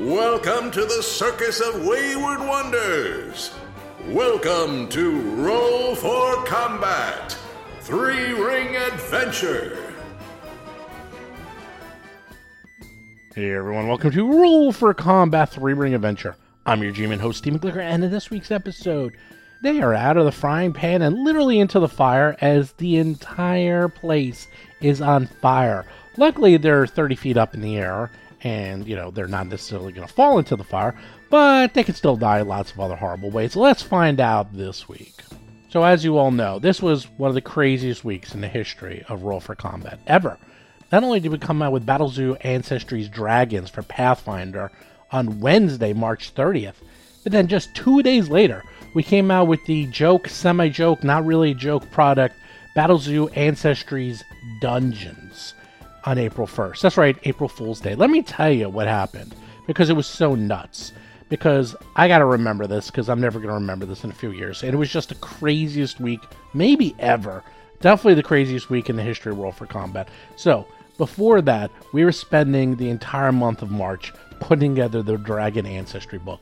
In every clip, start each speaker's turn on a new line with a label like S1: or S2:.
S1: Welcome to the Circus of Wayward Wonders. Welcome to Roll for Combat Three Ring Adventure.
S2: Hey everyone, welcome to Rule for Combat 3 Ring Adventure. I'm your GM and host, Steven Glicker, and in this week's episode, they are out of the frying pan and literally into the fire as the entire place is on fire. Luckily, they're 30 feet up in the air, and, you know, they're not necessarily going to fall into the fire, but they can still die lots of other horrible ways. So let's find out this week. So, as you all know, this was one of the craziest weeks in the history of Roll for Combat ever. Not only did we come out with Battlezoo Ancestry's Dragons for Pathfinder on Wednesday, March 30th, but then just two days later, we came out with the joke, semi joke, not really a joke product, Battlezoo Ancestry's Dungeons on April 1st. That's right, April Fool's Day. Let me tell you what happened because it was so nuts. Because I got to remember this because I'm never going to remember this in a few years. And it was just the craziest week, maybe ever. Definitely the craziest week in the history of World for Combat. So, before that, we were spending the entire month of March putting together the Dragon Ancestry book.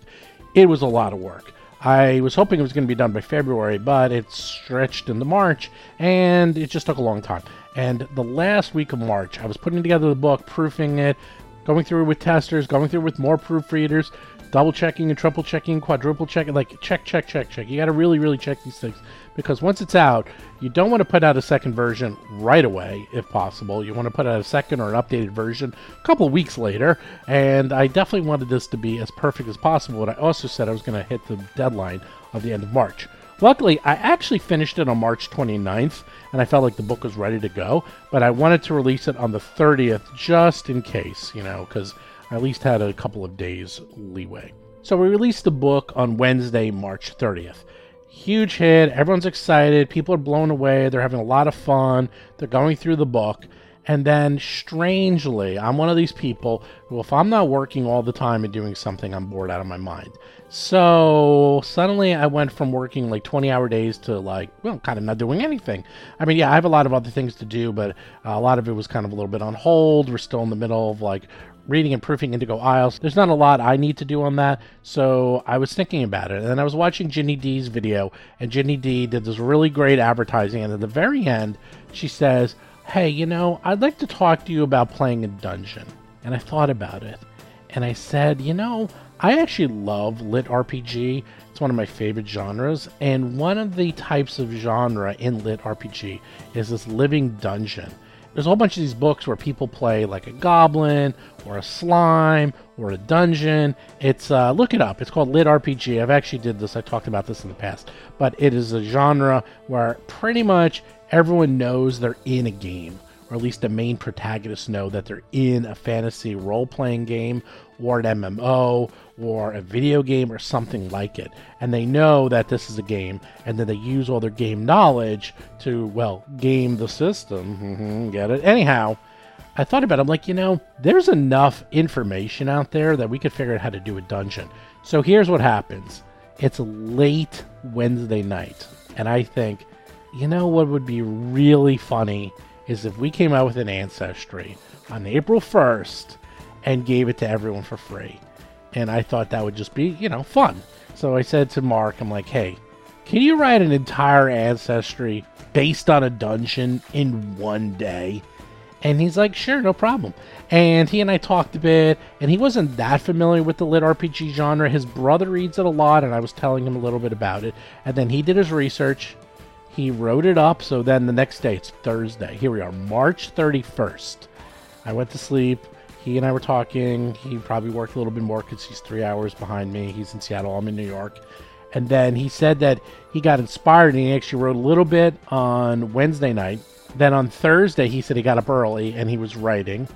S2: It was a lot of work. I was hoping it was going to be done by February, but it stretched into March and it just took a long time. And the last week of March, I was putting together the book, proofing it, going through with testers, going through with more proofreaders, double checking and triple checking, quadruple checking, like check, check, check, check. You got to really, really check these things because once it's out, you don't want to put out a second version right away if possible. You want to put out a second or an updated version a couple weeks later. And I definitely wanted this to be as perfect as possible. And I also said I was going to hit the deadline of the end of March. Luckily, I actually finished it on March 29th, and I felt like the book was ready to go, but I wanted to release it on the 30th just in case, you know, because I at least had a couple of days leeway. So we released the book on Wednesday, March 30th. Huge hit. Everyone's excited. People are blown away. They're having a lot of fun. They're going through the book. And then, strangely, I'm one of these people who, if I'm not working all the time and doing something, I'm bored out of my mind. So suddenly, I went from working like 20 hour days to like, well, kind of not doing anything. I mean, yeah, I have a lot of other things to do, but uh, a lot of it was kind of a little bit on hold. We're still in the middle of like reading and proofing Indigo Isles. There's not a lot I need to do on that, so I was thinking about it. And then I was watching Ginny D's video, and Ginny D did this really great advertising. And at the very end, she says, Hey, you know, I'd like to talk to you about playing a dungeon. And I thought about it, and I said, You know, I actually love lit RPG. It's one of my favorite genres. And one of the types of genre in lit RPG is this living dungeon there's a whole bunch of these books where people play like a goblin or a slime or a dungeon. It's uh, look it up. It's called Lit RPG. I've actually did this. I talked about this in the past, but it is a genre where pretty much everyone knows they're in a game, or at least the main protagonists know that they're in a fantasy role-playing game or an MMO or a video game or something like it. And they know that this is a game, and then they use all their game knowledge to, well, game the system. Mhm, Get it? Anyhow, I thought about it. I'm like, you know, there's enough information out there that we could figure out how to do a dungeon. So here's what happens it's late Wednesday night, and I think, you know what would be really funny is if we came out with an ancestry on April 1st and gave it to everyone for free. And I thought that would just be, you know, fun. So I said to Mark, I'm like, hey, can you write an entire ancestry based on a dungeon in one day? And he's like, sure, no problem. And he and I talked a bit, and he wasn't that familiar with the lit RPG genre. His brother reads it a lot, and I was telling him a little bit about it. And then he did his research, he wrote it up. So then the next day, it's Thursday. Here we are, March 31st. I went to sleep. He and I were talking. He probably worked a little bit more because he's three hours behind me. He's in Seattle. I'm in New York. And then he said that he got inspired and he actually wrote a little bit on Wednesday night. Then on Thursday, he said he got up early and he was writing.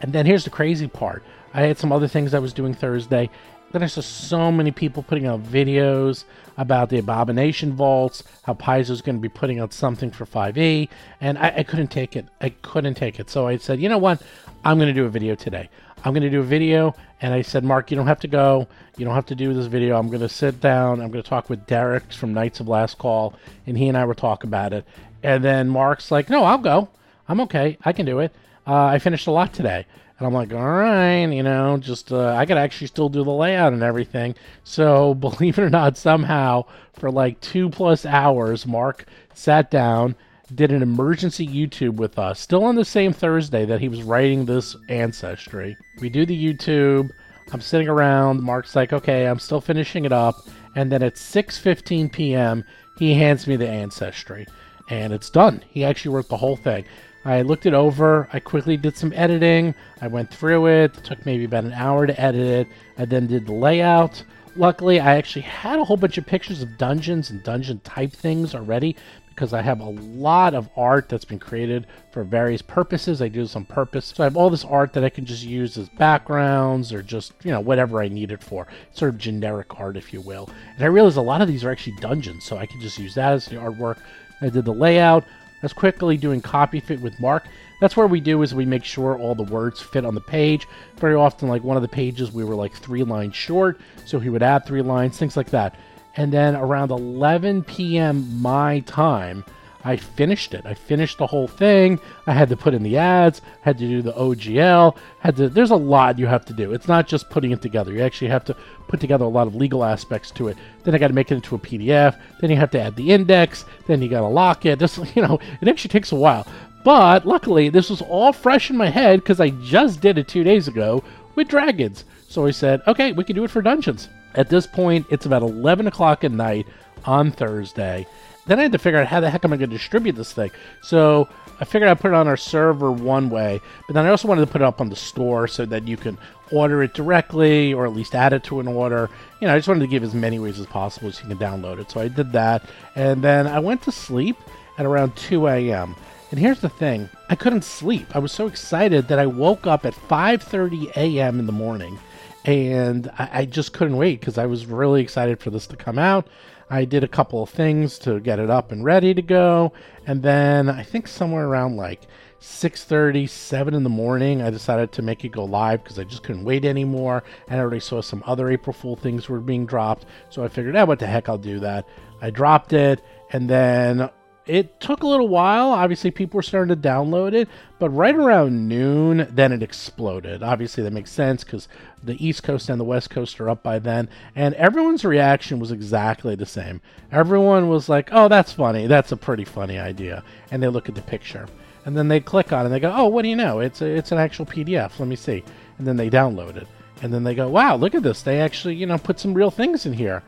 S2: And then here's the crazy part I had some other things I was doing Thursday. Then I saw so many people putting out videos about the Abomination Vaults, how Paizo's going to be putting out something for 5e, and I, I couldn't take it. I couldn't take it. So I said, you know what? I'm going to do a video today. I'm going to do a video. And I said, Mark, you don't have to go. You don't have to do this video. I'm going to sit down. I'm going to talk with Derek from Knights of Last Call. And he and I will talk about it. And then Mark's like, no, I'll go. I'm okay. I can do it. Uh, I finished a lot today. And I'm like, all right, you know, just uh, I could actually still do the layout and everything. So believe it or not, somehow for like two plus hours, Mark sat down, did an emergency YouTube with us, still on the same Thursday that he was writing this ancestry. We do the YouTube. I'm sitting around. Mark's like, okay, I'm still finishing it up. And then at 6:15 p.m., he hands me the ancestry, and it's done. He actually wrote the whole thing. I looked it over. I quickly did some editing. I went through it. It took maybe about an hour to edit it. I then did the layout. Luckily, I actually had a whole bunch of pictures of dungeons and dungeon type things already because I have a lot of art that's been created for various purposes. I do this on purpose. So I have all this art that I can just use as backgrounds or just, you know, whatever I need it for. Sort of generic art, if you will. And I realized a lot of these are actually dungeons, so I can just use that as the artwork. I did the layout. I was quickly doing copy fit with Mark. That's where we do is we make sure all the words fit on the page. Very often, like one of the pages, we were like three lines short, so he would add three lines, things like that. And then around 11 p.m. my time, I finished it. I finished the whole thing. I had to put in the ads, had to do the OGL, had to there's a lot you have to do. It's not just putting it together. You actually have to put together a lot of legal aspects to it. Then I got to make it into a PDF, then you have to add the index, then you got to lock it. This you know, it actually takes a while. But luckily, this was all fresh in my head cuz I just did it 2 days ago with dragons. So I said, "Okay, we can do it for dungeons." At this point, it's about 11 o'clock at night on Thursday. Then I had to figure out how the heck am I going to distribute this thing. So I figured I'd put it on our server one way, but then I also wanted to put it up on the store so that you can order it directly or at least add it to an order. You know, I just wanted to give as many ways as possible so you can download it. So I did that. And then I went to sleep at around 2 a.m. And here's the thing I couldn't sleep. I was so excited that I woke up at 5.30 a.m. in the morning and I, I, just couldn't wait because I was really excited for this to come out. I did a couple of things to get it up and ready to go, and then I think somewhere around like 6:30, 7 in the morning, I decided to make it go live because I just couldn't wait anymore. And I already saw some other April Fool things were being dropped, so I figured, out oh, what the heck, I'll do that." I dropped it, and then it took a little while. Obviously, people were starting to download it, but right around noon, then it exploded. Obviously, that makes sense because the East Coast and the West Coast are up by then, and everyone's reaction was exactly the same. Everyone was like, oh, that's funny. That's a pretty funny idea. And they look at the picture, and then they click on it, and they go, oh, what do you know? It's, a, it's an actual PDF. Let me see. And then they download it, and then they go, wow, look at this. They actually, you know, put some real things in here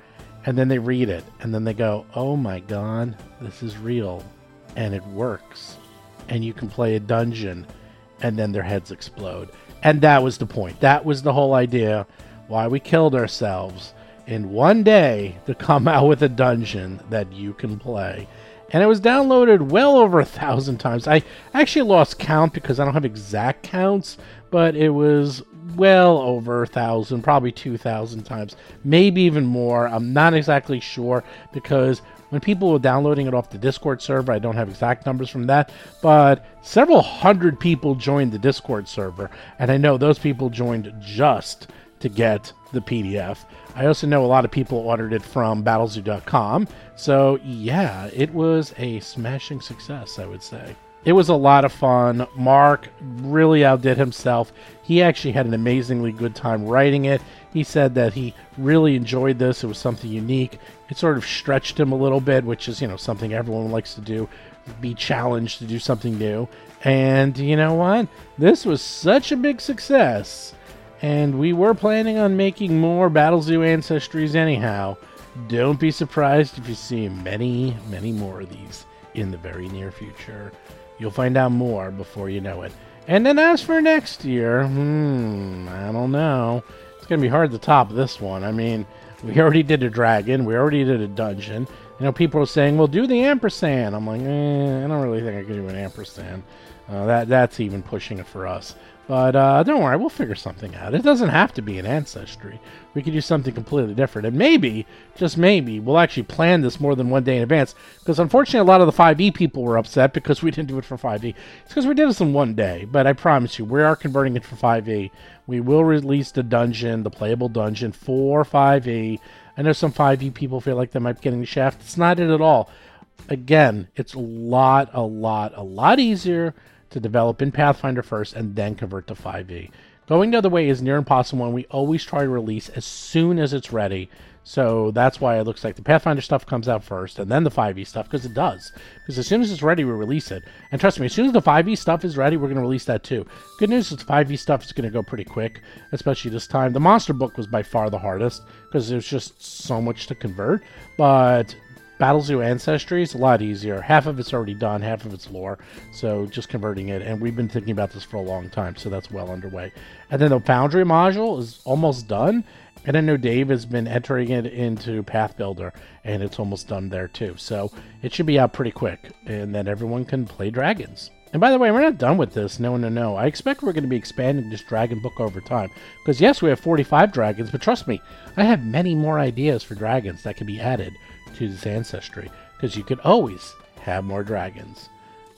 S2: and then they read it and then they go oh my god this is real and it works and you can play a dungeon and then their heads explode and that was the point that was the whole idea why we killed ourselves in one day to come out with a dungeon that you can play and it was downloaded well over a thousand times i actually lost count because i don't have exact counts but it was well over a thousand, probably two thousand times, maybe even more. I'm not exactly sure because when people were downloading it off the Discord server, I don't have exact numbers from that, but several hundred people joined the Discord server, and I know those people joined just to get the PDF. I also know a lot of people ordered it from battlezoo.com, so yeah, it was a smashing success, I would say it was a lot of fun. Mark really outdid himself. He actually had an amazingly good time writing it. He said that he really enjoyed this. It was something unique. It sort of stretched him a little bit, which is, you know, something everyone likes to do be challenged to do something new. And you know what? This was such a big success. And we were planning on making more Battle Zoo Ancestries anyhow. Don't be surprised if you see many, many more of these in the very near future. You'll find out more before you know it. And then as for next year, hmm, I don't know. It's going to be hard to top this one. I mean, we already did a dragon, we already did a dungeon. You know, people are saying, well, do the ampersand. I'm like, eh, I don't really think I could do an ampersand. Uh, that That's even pushing it for us. But uh, don't worry, we'll figure something out. It doesn't have to be an ancestry. We could do something completely different. And maybe, just maybe, we'll actually plan this more than one day in advance. Because unfortunately, a lot of the 5e people were upset because we didn't do it for 5e. It's because we did this in one day. But I promise you, we are converting it for 5e. We will release the dungeon, the playable dungeon, for 5e. I know some 5e people feel like they might be getting the shaft. It's not it at all. Again, it's a lot, a lot, a lot easier to develop in Pathfinder first and then convert to 5e. Going the other way is near impossible, and we always try to release as soon as it's ready. So that's why it looks like the Pathfinder stuff comes out first and then the 5e stuff, because it does. Because as soon as it's ready, we release it. And trust me, as soon as the 5e stuff is ready, we're going to release that too. Good news is the 5e stuff is going to go pretty quick, especially this time. The monster book was by far the hardest, because there's just so much to convert. But Battlezoo Ancestry is a lot easier. Half of it's already done, half of it's lore. So just converting it. And we've been thinking about this for a long time, so that's well underway. And then the Foundry module is almost done. And I know Dave has been entering it into Pathbuilder, and it's almost done there too. So it should be out pretty quick, and then everyone can play dragons. And by the way, we're not done with this. No, no, no. I expect we're going to be expanding this dragon book over time. Because, yes, we have 45 dragons, but trust me, I have many more ideas for dragons that can be added to this ancestry. Because you could always have more dragons.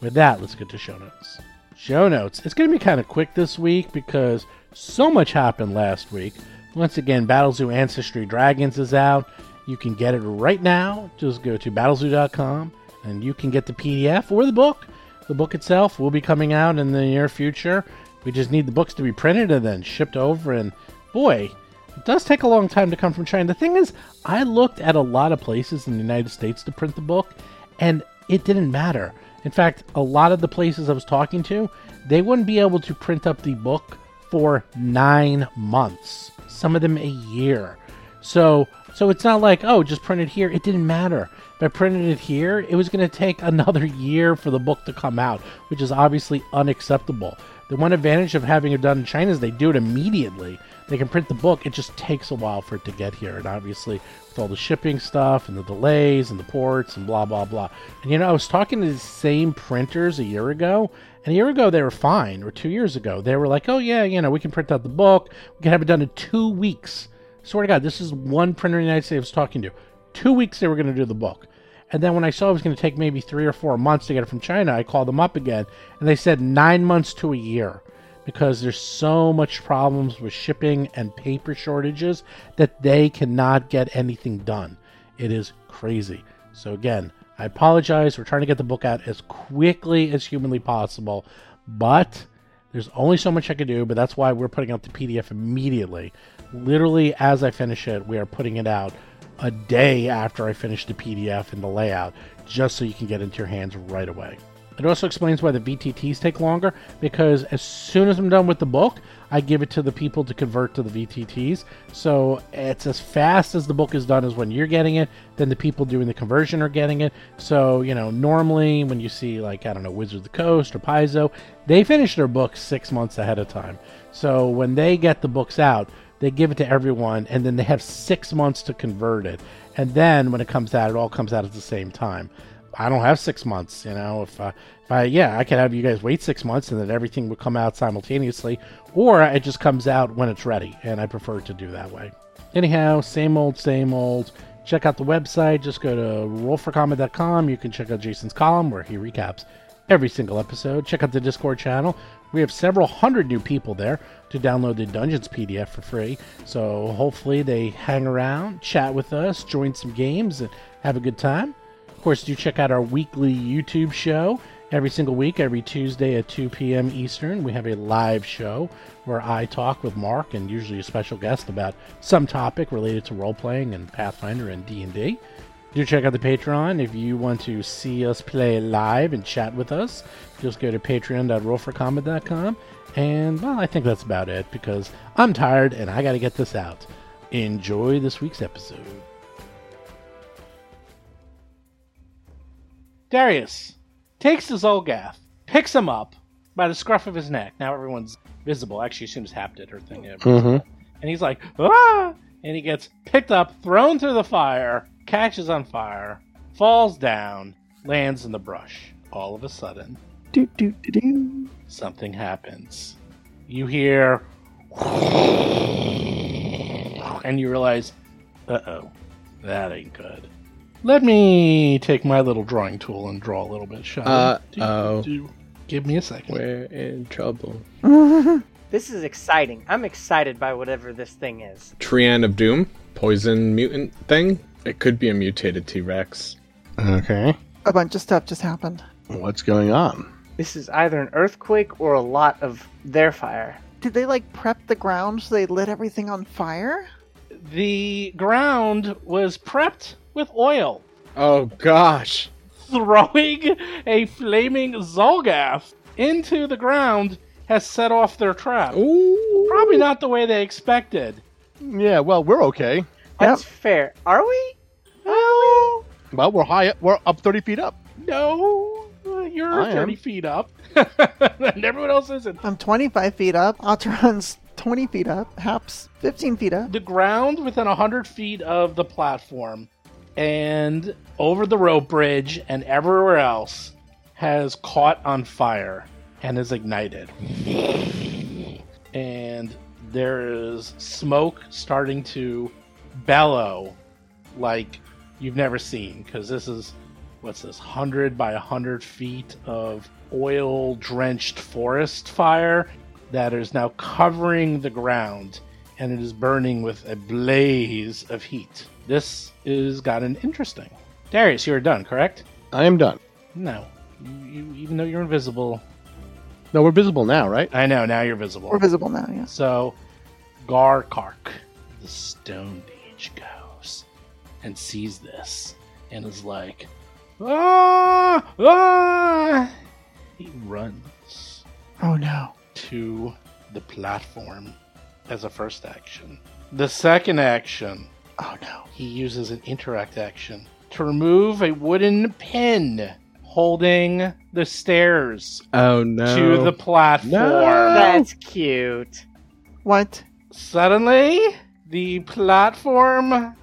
S2: With that, let's get to show notes. Show notes. It's going to be kind of quick this week because so much happened last week. Once again, Battlezoo Ancestry Dragons is out. You can get it right now. Just go to battlezoo.com and you can get the PDF or the book. The book itself will be coming out in the near future. We just need the books to be printed and then shipped over. And boy, it does take a long time to come from China. The thing is, I looked at a lot of places in the United States to print the book, and it didn't matter. In fact, a lot of the places I was talking to, they wouldn't be able to print up the book for nine months, some of them a year. So, so it's not like oh, just print it here. It didn't matter. If I printed it here, it was going to take another year for the book to come out, which is obviously unacceptable. The one advantage of having it done in China is they do it immediately. They can print the book. It just takes a while for it to get here, and obviously with all the shipping stuff and the delays and the ports and blah blah blah. And you know, I was talking to the same printers a year ago, and a year ago they were fine, or two years ago they were like, oh yeah, you know, we can print out the book. We can have it done in two weeks. Swear to God, this is one printer in the United States I was talking to. Two weeks they were going to do the book. And then when I saw it was going to take maybe three or four months to get it from China, I called them up again and they said nine months to a year because there's so much problems with shipping and paper shortages that they cannot get anything done. It is crazy. So again, I apologize. We're trying to get the book out as quickly as humanly possible, but there's only so much I can do, but that's why we're putting out the PDF immediately. Literally, as I finish it, we are putting it out a day after I finish the PDF and the layout, just so you can get into your hands right away. It also explains why the VTTs take longer because as soon as I'm done with the book, I give it to the people to convert to the VTTs. So it's as fast as the book is done as when you're getting it, then the people doing the conversion are getting it. So, you know, normally when you see, like, I don't know, Wizard of the Coast or Paizo, they finish their books six months ahead of time. So when they get the books out, they give it to everyone and then they have six months to convert it. And then when it comes out, it all comes out at the same time. I don't have six months. You know, if I, if I, yeah, I could have you guys wait six months and then everything would come out simultaneously, or it just comes out when it's ready. And I prefer to do that way. Anyhow, same old, same old. Check out the website. Just go to rollforcomment.com. You can check out Jason's column where he recaps every single episode. Check out the Discord channel. We have several hundred new people there to download the Dungeons PDF for free. So hopefully they hang around, chat with us, join some games, and have a good time. Of course, do check out our weekly YouTube show. Every single week, every Tuesday at 2 p.m. Eastern, we have a live show where I talk with Mark and usually a special guest about some topic related to role playing and Pathfinder and D&D. Do check out the Patreon if you want to see us play live and chat with us. Just go to patreon.rollforcombat.com. And well, I think that's about it because I'm tired and I got to get this out. Enjoy this week's episode. Darius takes the Zolgath, picks him up by the scruff of his neck. Now everyone's visible. Actually, as soon as Hap did her thing, yeah,
S3: Mhm.
S2: and he's like, ah! And he gets picked up, thrown through the fire, catches on fire, falls down, lands in the brush. All of a sudden,
S3: Do, do, do, do.
S2: something happens. You hear, and you realize, uh oh, that ain't good. Let me take my little drawing tool and draw a little bit, shall I?
S3: Uh-oh.
S2: Do- do- do. Give me a second.
S3: We're in trouble.
S4: This is exciting. I'm excited by whatever this thing is.
S3: Trian of Doom, poison mutant thing. It could be a mutated T Rex.
S5: Okay.
S6: A bunch of stuff just happened.
S5: What's going on?
S4: This is either an earthquake or a lot of their fire.
S5: Did they like prep the ground so they lit everything on fire?
S2: The ground was prepped with oil,
S3: Oh gosh.
S2: throwing a flaming Zolgath into the ground has set off their trap.
S3: Ooh.
S2: Probably not the way they expected.
S6: Yeah, well, we're okay.
S4: That's fair. Are we?
S2: Well,
S6: Well, we're high up. We're up 30 feet up.
S2: no, uh, you're
S6: I am.
S2: 30 feet up, and everyone else isn't.
S5: I'm 25 feet up. Alteron's 20 feet up. Haps 15 feet up.
S2: The ground within 100 feet of the platform and over the rope bridge and everywhere else has caught on fire and is ignited. And there is smoke starting to bellow like you've never seen because this is what's this 100 by 100 feet of oil drenched forest fire that is now covering the ground and it is burning with a blaze of heat this is gotten interesting darius you're done correct
S6: I am done.
S2: no you, you, even though you're invisible
S6: No, we're visible now, right?
S2: i know now you're visible
S5: We're visible now, yes.
S2: So, Garkark, the Stone Mage, goes and sees this and is like, ah, ah. He runs
S5: Oh no.
S2: to the platform as a first action. The second action,
S5: Oh no.
S2: he uses an interact action to remove a wooden pin holding the stairs
S3: Oh no.
S2: to the platform. Uh.
S4: That's cute.
S5: What?
S2: Suddenly, the platform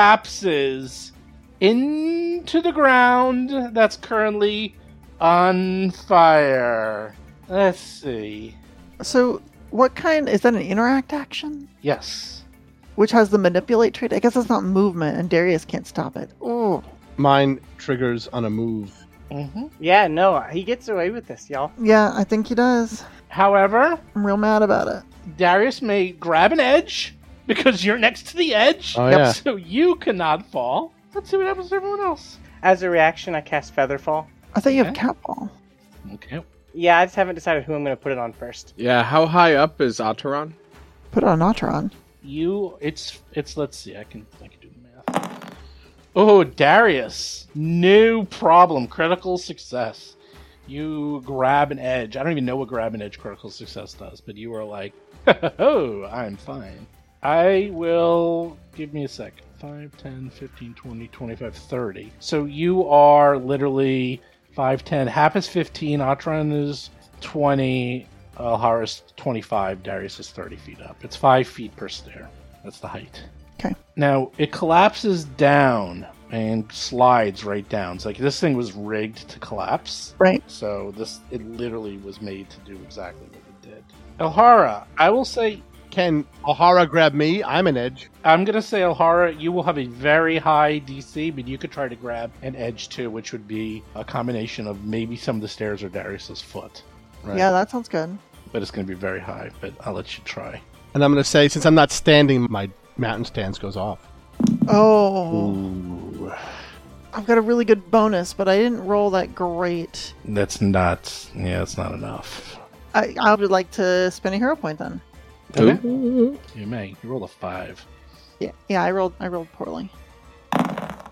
S2: collapses into the ground that's currently on fire. Let's see.
S5: So, what kind is that an interact action?
S2: Yes.
S5: Which has the manipulate trait? I guess that's not movement, and Darius can't stop it. Ooh.
S6: Mine triggers on a move.
S2: hmm
S4: Yeah, no, he gets away with this, y'all.
S5: Yeah, I think he does.
S2: However,
S5: I'm real mad about it.
S2: Darius may grab an edge because you're next to the edge,
S6: Oh,
S5: Yep.
S6: yeah.
S2: so you cannot fall. Let's see what happens to everyone else.
S4: As a reaction, I cast Featherfall.
S5: I thought you have
S2: Okay.
S5: cat ball.
S2: Okay.
S4: Yeah, I just haven't decided who I'm going to put it on first.
S3: Yeah, how high up is Ataran?
S5: Put it on Otteron.
S2: You, it's, it's. Let's see. I can, I can do the math. Oh, Darius! New problem. Critical success. You grab an edge. I don't even know what grab an edge critical success does, but you are like, oh, I'm fine. I will. Give me a sec. 5, 10, 15, 20, 25, 30. So you are literally 5, 10. Hap is 15. Atron is 20. Alhara is 25. Darius is 30 feet up. It's 5 feet per stair. That's the height.
S5: Okay.
S2: Now it collapses down and slides right down. It's like this thing was rigged to collapse.
S5: Right.
S2: So this it literally was made to do exactly what it did. Elhara, I will say
S6: Can O'Hara grab me? I'm an edge.
S2: I'm gonna say Elhara, you will have a very high DC, but you could try to grab an edge too, which would be a combination of maybe some of the stairs or Darius's foot.
S6: Right.
S5: Yeah, that sounds good.
S2: But it's gonna be very high, but I'll let you try.
S6: And I'm going to say, since I'm not standing, my mountain stance goes off.
S5: Oh. I've got a really good bonus, but I didn't roll that great.
S2: That's not yeah, that's not enough.
S5: I, I would like to spend a hero point then.
S2: Okay.
S3: Ooh.
S2: You may. You rolled a five.
S5: Yeah, yeah, I rolled I rolled poorly.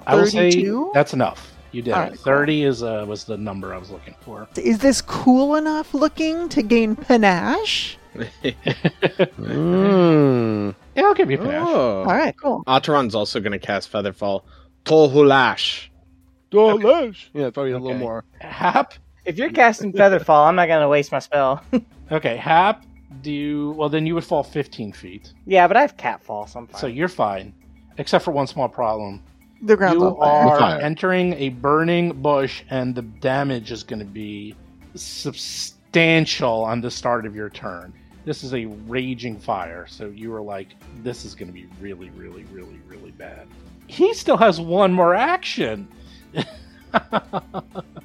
S2: I will say
S5: 32?
S2: that's enough. You did.
S5: All
S2: it.
S5: right, cool.
S2: Thirty is uh, was the number I was looking for.
S5: Is this cool enough looking to gain panache?
S6: Mm.
S2: Yeah, I'll give you panache.
S3: Oh.
S5: All right, cool.
S3: Ataran's also going to cast Featherfall. Tohulash.
S6: Delish. Yeah, probably a
S2: Okay.
S6: little more.
S2: Hap.
S4: If you're casting Featherfall, I'm not going to waste my spell.
S2: Okay, Hap. Do you, well then you would fall fifteen feet,
S4: yeah, but I have Catfall, so I'm fine.
S2: so you're fine, except for one small problem.
S5: The ground
S2: You
S5: level. fire.
S2: are
S6: Fire.
S2: entering a burning bush, and the damage is going to be substantial on the start of your turn. This is a raging fire, so you are like, this is going to be really, really, really, really bad. He still has one more action.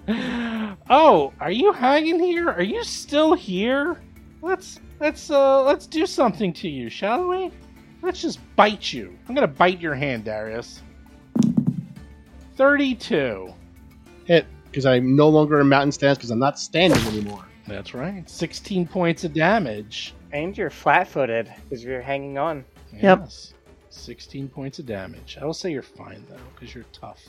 S2: oh, are you hanging here? Are you still here? Let's let's uh let's do something to you, shall we? Let's just bite you. I'm gonna bite your hand, Darius. 32.
S6: Hit. because I'm no longer in mountain stance because I'm not standing anymore.
S2: That's right. 16 points of damage.
S4: And you're flat footed because you're hanging on.
S5: Yep.
S2: Yes. 16 points of damage. I will say you're fine, though, because you're tough.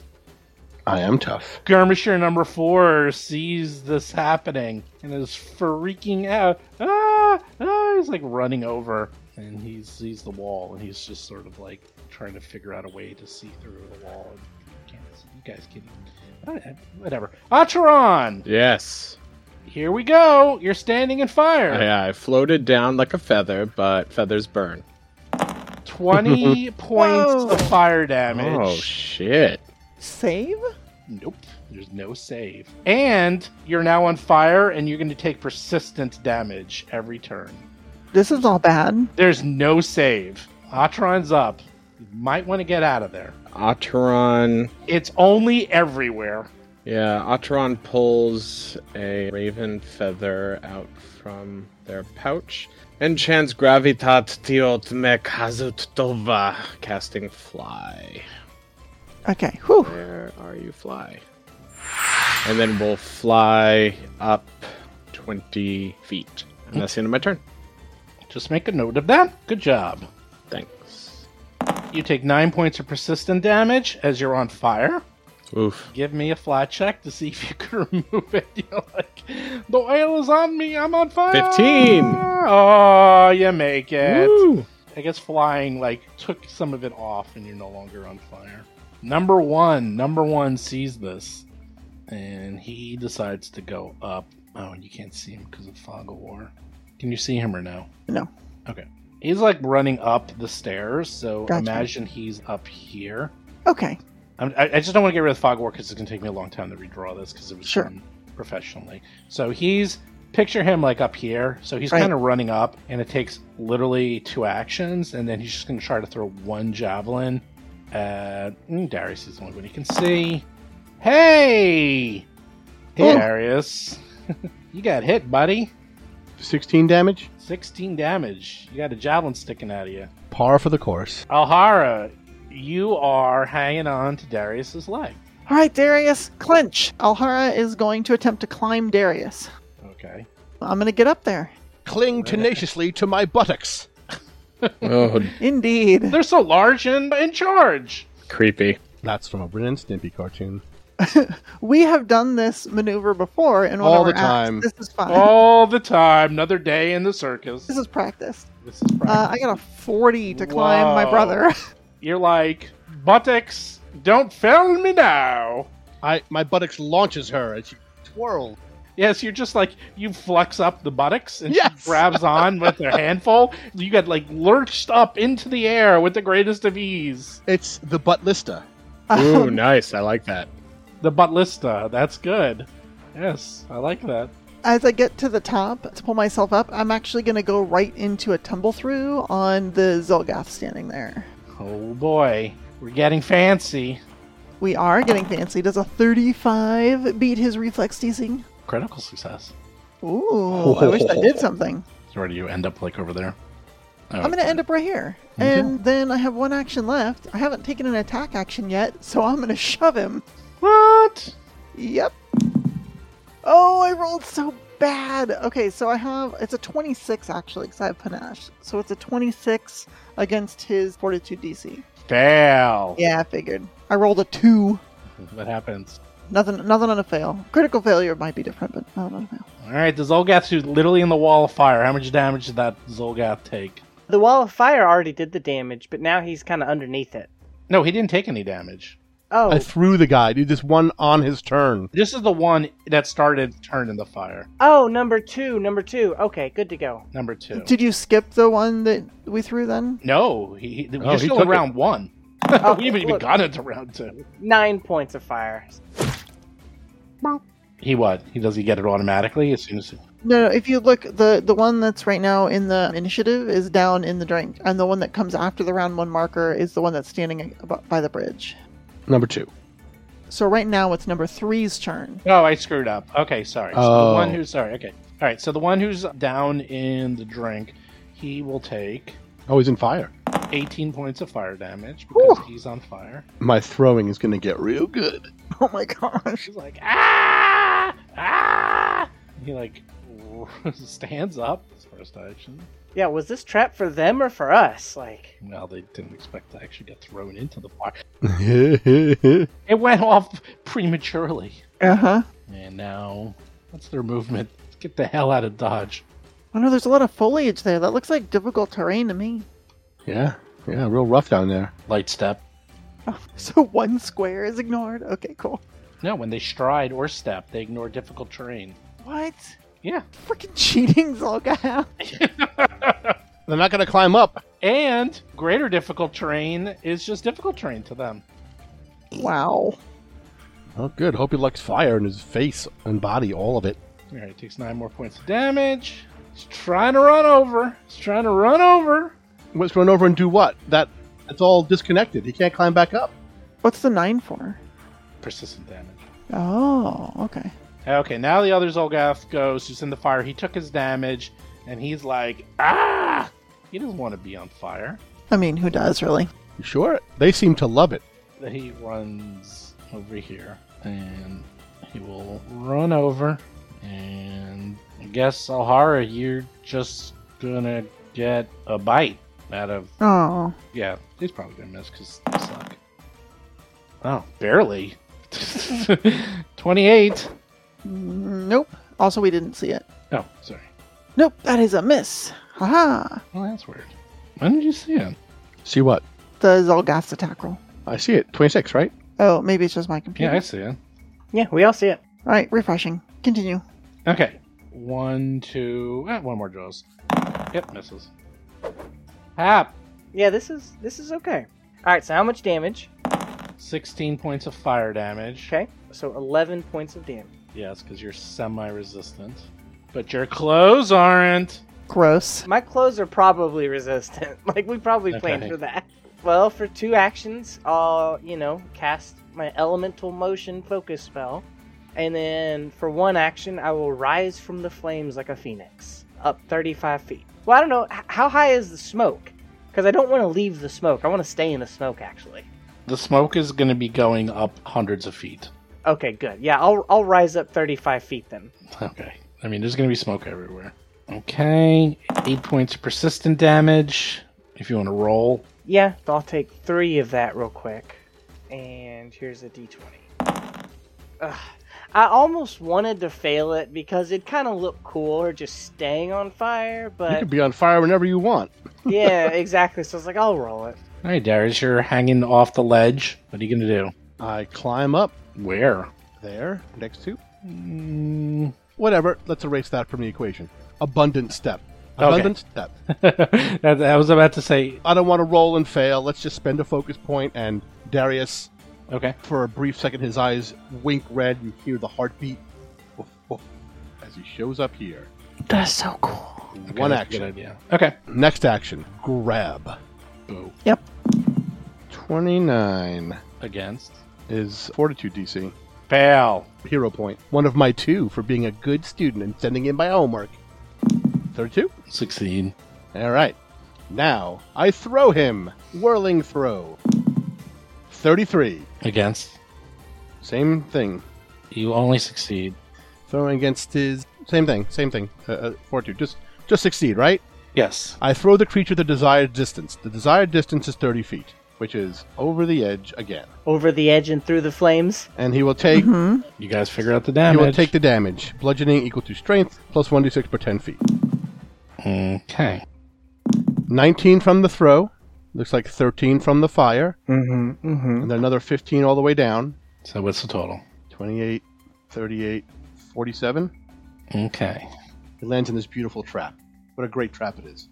S6: I am tough.
S2: Skirmisher number four sees this happening and is freaking out. Ah, ah, he's like running over and he sees the wall and he's just sort of like trying to figure out a way to see through the wall. And you, can't see. you guys can not Whatever. Acheron,
S3: Yes.
S2: here we go. You're standing in fire.
S3: I, I floated down like a feather, but feathers burn.
S2: 20 points
S5: Whoa.
S2: of fire damage.
S3: Oh shit!
S5: Save?
S2: Nope. There's no save. And you're now on fire and you're going to take persistent damage every turn.
S5: This is all bad.
S2: There's no save. Atron's up. You might want to get out of there.
S3: Otteron.
S2: It's only everywhere.
S3: Yeah, Otteron pulls a raven feather out from their pouch. Enchants gravitat tiot mech hazut tova, casting fly.
S5: Okay. Whew.
S3: Where are you, fly? And then we'll fly up 20 feet. And that's the end of my turn.
S2: Just make a note of that. Good job.
S3: Thanks.
S2: You take nine points of persistent damage as you're on fire.
S3: Oof.
S2: Give me a flat check to see if you can remove it. You're like, the oil is on me. I'm on fire.
S3: 15.
S2: Oh, you make it.
S3: Woo!
S2: I guess flying like took some of it off and you're no longer on fire. Number one, number one sees this and he decides to go up. Oh, and you can't see him because of fog of war. Can you see him or no?
S5: No.
S2: Okay. He's like running up the stairs, so
S5: Gotcha.
S2: imagine he's up here.
S5: Okay.
S2: I'm, I, I just don't want to get rid of fog war because it's going to take me a long time to redraw this because it was
S5: Sure.
S2: done professionally. So he's picture him like up here. So he's
S5: Right.
S2: kind of running up, and it takes literally two actions, and then he's just going to try to throw one javelin. Uh, mm, Darius is the only one he can see. Hey, hey,
S5: Oh.
S2: Darius, you got hit, buddy.
S6: 16 damage.
S2: Sixteen damage. You got a javelin sticking out of you.
S6: Par for the course.
S2: Alhara, you are hanging on to Darius's leg.
S5: All right, Darius, clinch. Alhara is going to attempt to climb Darius.
S2: Okay.
S5: I'm going to get up there.
S6: Cling tenaciously to my buttocks.
S3: Oh,
S5: Indeed.
S2: They're so large and in charge.
S3: creepy.
S6: That's from a Ren and Stimpy cartoon.
S5: We have done this maneuver before in one
S6: All
S5: of our
S6: the
S5: acts.
S6: time.
S5: This is fine.
S2: All the time. Another day in the circus.
S5: This is practice.
S2: This is
S5: Uh, I
S2: practice.
S5: got a 40 to climb my
S2: Whoa.
S5: brother.
S2: You're like, buttocks, don't fail me now.
S6: I my buttocks launches her and she twirls.
S2: Yes, you're just like, you flex up the buttocks and
S6: Yes.
S2: she grabs on with her handful. You get like lurched up into the air with the greatest of ease.
S6: It's the butt lista.
S5: Um,
S3: Ooh, nice. I like that.
S2: The buttlista. That's good. Yes, I like that.
S5: As I get to the top to pull myself up, I'm actually going to go right into a tumble through on the Zolgath standing there.
S2: Oh boy. We're getting fancy.
S5: We are getting fancy. Does a 35 beat his reflex DC?
S2: Critical success.
S5: Ooh, I wish that did something.
S2: So where do you end up like over there? Oh.
S5: I'm going to end up right here. And then I have one action left. I haven't taken an attack action yet, so I'm going to shove him.
S2: What?
S5: Yep. Oh, I rolled so bad. Okay, so I have it's a 26 actually because I have panache. So it's a 26 against his fortitude DC.
S2: Fail.
S5: Yeah, I figured. I rolled a two.
S2: What happens?
S5: Nothing, nothing on a fail. Critical failure might be different, but not on a fail.
S2: All right, the Zolgath who's literally in the wall of fire. How much damage did that Zolgath take?
S4: The wall of fire already did the damage, but now he's kind of underneath it.
S2: No, he didn't take any damage.
S4: Oh,
S6: I threw the guy. Did this one on his turn.
S2: This is the one that started turning the fire.
S4: oh, number two, number two. Okay, good to go.
S2: Number two.
S5: Did you skip the one that we threw then?
S2: No, he, he,
S3: Oh,
S2: you're
S3: he
S2: still
S3: took
S2: in round one.
S4: Oh,
S2: we haven't even
S4: look.
S2: gotten to round two.
S4: Nine points of fire.
S2: He what? He does he get it automatically as soon as?
S5: No, no. If you look, the the one that's right now in the initiative is down in the drink, and the one that comes after the round one marker is the one that's standing ab- by the bridge.
S6: Number two.
S5: So right now it's number three's turn.
S2: Oh, I screwed up. Okay, sorry. So the
S6: Oh.
S2: one who's sorry. Okay, all right. So the one who's down in the drink, he will take
S6: Oh, he's in fire.
S2: 18 points of fire damage because he's on fire.
S6: My throwing is going to get real good.
S5: Oh my gosh.
S2: She's like, ah! like stands up. His first action.
S4: Yeah, was this trap for them or for us? Like,
S2: Well, they didn't expect to actually get thrown into the fire.
S6: Wait,
S2: It went off prematurely.
S5: Uh huh.
S2: And now, what's their movement? Let's get the hell out of Dodge.
S5: Oh no, there's a lot of foliage there. That looks like difficult terrain to me.
S6: yeah, yeah, real rough down there.
S2: Light step.
S5: Oh, so one square is ignored. Okay, cool.
S2: No, when they stride or step, they ignore difficult terrain.
S5: What?
S2: Yeah.
S5: Freaking cheating, Zolga.
S6: They're not gonna climb up.
S2: And greater difficult terrain is just difficult terrain to them.
S5: wow.
S6: Oh, good. Hope he likes fire in his face and body, all of it.
S2: All right, takes nine more points of damage. He's trying to run over. He's trying to run over.
S6: Let's run over and do what? That it's all disconnected. He can't climb back up.
S5: What's the nine for?
S2: Persistent damage.
S5: Oh, okay.
S2: Okay, now the other Zolgath goes, who's in the fire. He took his damage, and he's like, ah! He doesn't want to be on fire.
S5: I mean, who does really?
S6: You sure? They seem to love it.
S2: He runs over here, and he will run over. And I guess, Alhara, you're just gonna get a bite out of.
S5: Oh,
S2: Yeah, he's probably gonna miss because suck. Oh, barely. 28.
S5: nope. Also, we didn't see it.
S2: Oh, sorry.
S5: Nope, that is a miss. Haha.
S2: Well, that's weird. When did you see him?
S6: See what?
S5: The Zolgath's attack roll.
S6: I see it. Twenty-six, right?
S5: Oh, maybe it's just my computer.
S2: Yeah, I see him.
S4: yeah, we all see it.
S5: All right, refreshing. Continue.
S2: Okay. One, two, eh, one more draws. Yep, misses. Hap,
S4: Yeah, this is this is okay. All right, so how much damage?
S2: 16 points of fire damage.
S4: Okay, so 11 points of damage.
S2: Yes, because you're semi resistant. But your clothes aren't.
S5: Gross.
S4: My clothes are probably resistant. Like we probably planned
S2: Okay.
S4: for that. Well, for two actions, I'll you know cast my elemental motion focus spell, and then for one action, I will rise from the flames like a phoenix, up 35 feet. Well, I don't know h- how high is the smoke, because I don't want to leave the smoke. I want to stay in the smoke actually.
S2: The smoke is going to be going up hundreds of feet.
S4: Okay, good. Yeah, I'll I'll rise up 35 feet then.
S2: Okay. I mean, there's going to be smoke everywhere. Okay. Eight points of persistent damage. If you want to roll,
S4: Yeah, I'll take three of that real quick. And here's a d20. Ugh. I almost wanted to fail it because it kind of looked cool or just staying on fire,
S6: You
S4: but
S6: could be on fire whenever you want.
S4: yeah, exactly. So I was like, I'll roll it.
S2: All right, Darius, you're hanging off the ledge. What are you going to do?
S6: I climb up
S2: Where?
S6: there next to
S2: Mm,
S6: whatever. Let's erase that from the equation. Abundant step.
S2: Okay.
S6: Abundant step.
S2: that, I was about to say,
S6: I don't want to roll and fail. Let's just spend a focus point and Darius
S2: okay.
S6: For a brief second, his eyes wink red. You hear the heartbeat woof, woof, as he shows up here.
S5: That's so cool.
S2: Okay,
S6: One
S2: that's a
S6: action.
S2: Good idea. Okay.
S6: Next action grab.
S2: Boo.
S6: 29
S2: Against.
S6: is Fortitude DC.
S2: Fail.
S6: Hero point. One of my two for being a good student and sending in my homework. 32?
S2: Succeed.
S6: All right. Now, I throw him. Whirling throw. 33.
S2: Against.
S6: Same thing.
S2: You only succeed.
S6: Throwing against his. Same thing. Same thing. Uh, uh, fortitude. Just, just succeed, right?
S2: Yes.
S6: I throw the creature the desired distance. The desired distance is 30 feet, which is over the edge again.
S4: Over the edge and through the flames.
S6: And he will take
S3: Mm-hmm.
S2: You guys figure out the
S6: he
S2: damage.
S6: will take the damage. Bludgeoning equal to strength plus 1d6 per 10 feet.
S2: Okay.
S6: 19 from the throw. Looks like 13 from the fire.
S3: Mm-hmm. Mm-hmm.
S6: And then another 15 all the way down.
S2: So what's the total?
S6: 28, 38, 47.
S2: Okay.
S6: It lands in this beautiful trap. What a great trap it is.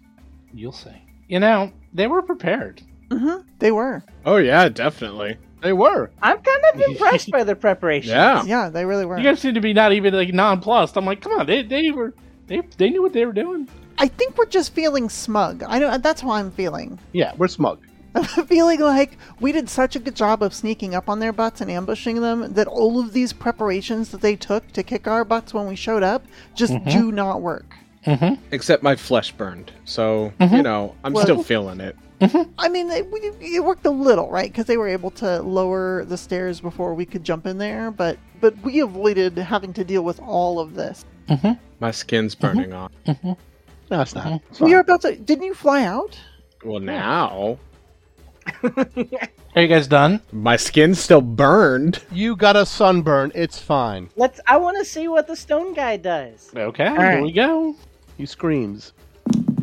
S2: You'll see. You know, they were prepared.
S5: Mm-hmm. They were.
S3: Oh yeah, definitely.
S6: They were.
S4: I'm kind of impressed by their preparation.
S3: Yeah.
S5: Yeah, they really were.
S2: Oh. You guys seem to be not even like nonplussed. I'm like, come on, they, they were they they knew what they were doing.
S5: I think we're just feeling smug. I know that's how I'm feeling.
S6: Yeah, we're smug.
S5: I'm feeling like we did such a good job of sneaking up on their butts and ambushing them that all of these preparations that they took to kick our butts when we showed up just do not work.
S2: Mm-hmm.
S3: except my flesh burned. So you
S2: Mhm.
S3: know, I'm
S5: Well-
S3: still feeling it.
S5: I mean, they, we, it worked a little, right? Because they were able to lower the stairs before we could jump in there, but but we avoided having to deal with all of this.
S3: My skin's burning off.
S6: No, it's not. It's
S5: We
S6: fine.
S5: are about to. Didn't you fly out?
S3: Well, now
S2: Are you guys done?
S3: my skin's still burned.
S6: You got a sunburn. It's fine.
S4: Let's. I want to see what the stone guy does.
S2: Okay,
S5: right.
S2: here we go.
S6: He screams.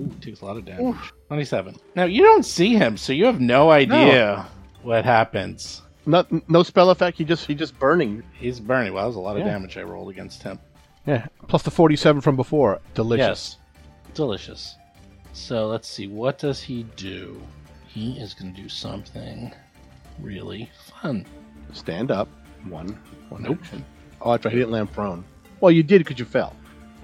S2: Ooh, takes a lot of damage. 27. Now, you don't see him, so you have no idea what happens.
S6: No, no spell effect. He just he just burning.
S2: He's burning. Well, that was a lot of
S6: Yeah.
S2: damage I rolled against him.
S6: Yeah. Plus the forty-seven from before. Delicious.
S2: Yes. Delicious. So let's see. What does he do? He is going to do something really fun.
S6: Stand up. One. One
S2: Nope.
S6: action. Oh, that's right. He didn't land prone. Well, you did because you fell.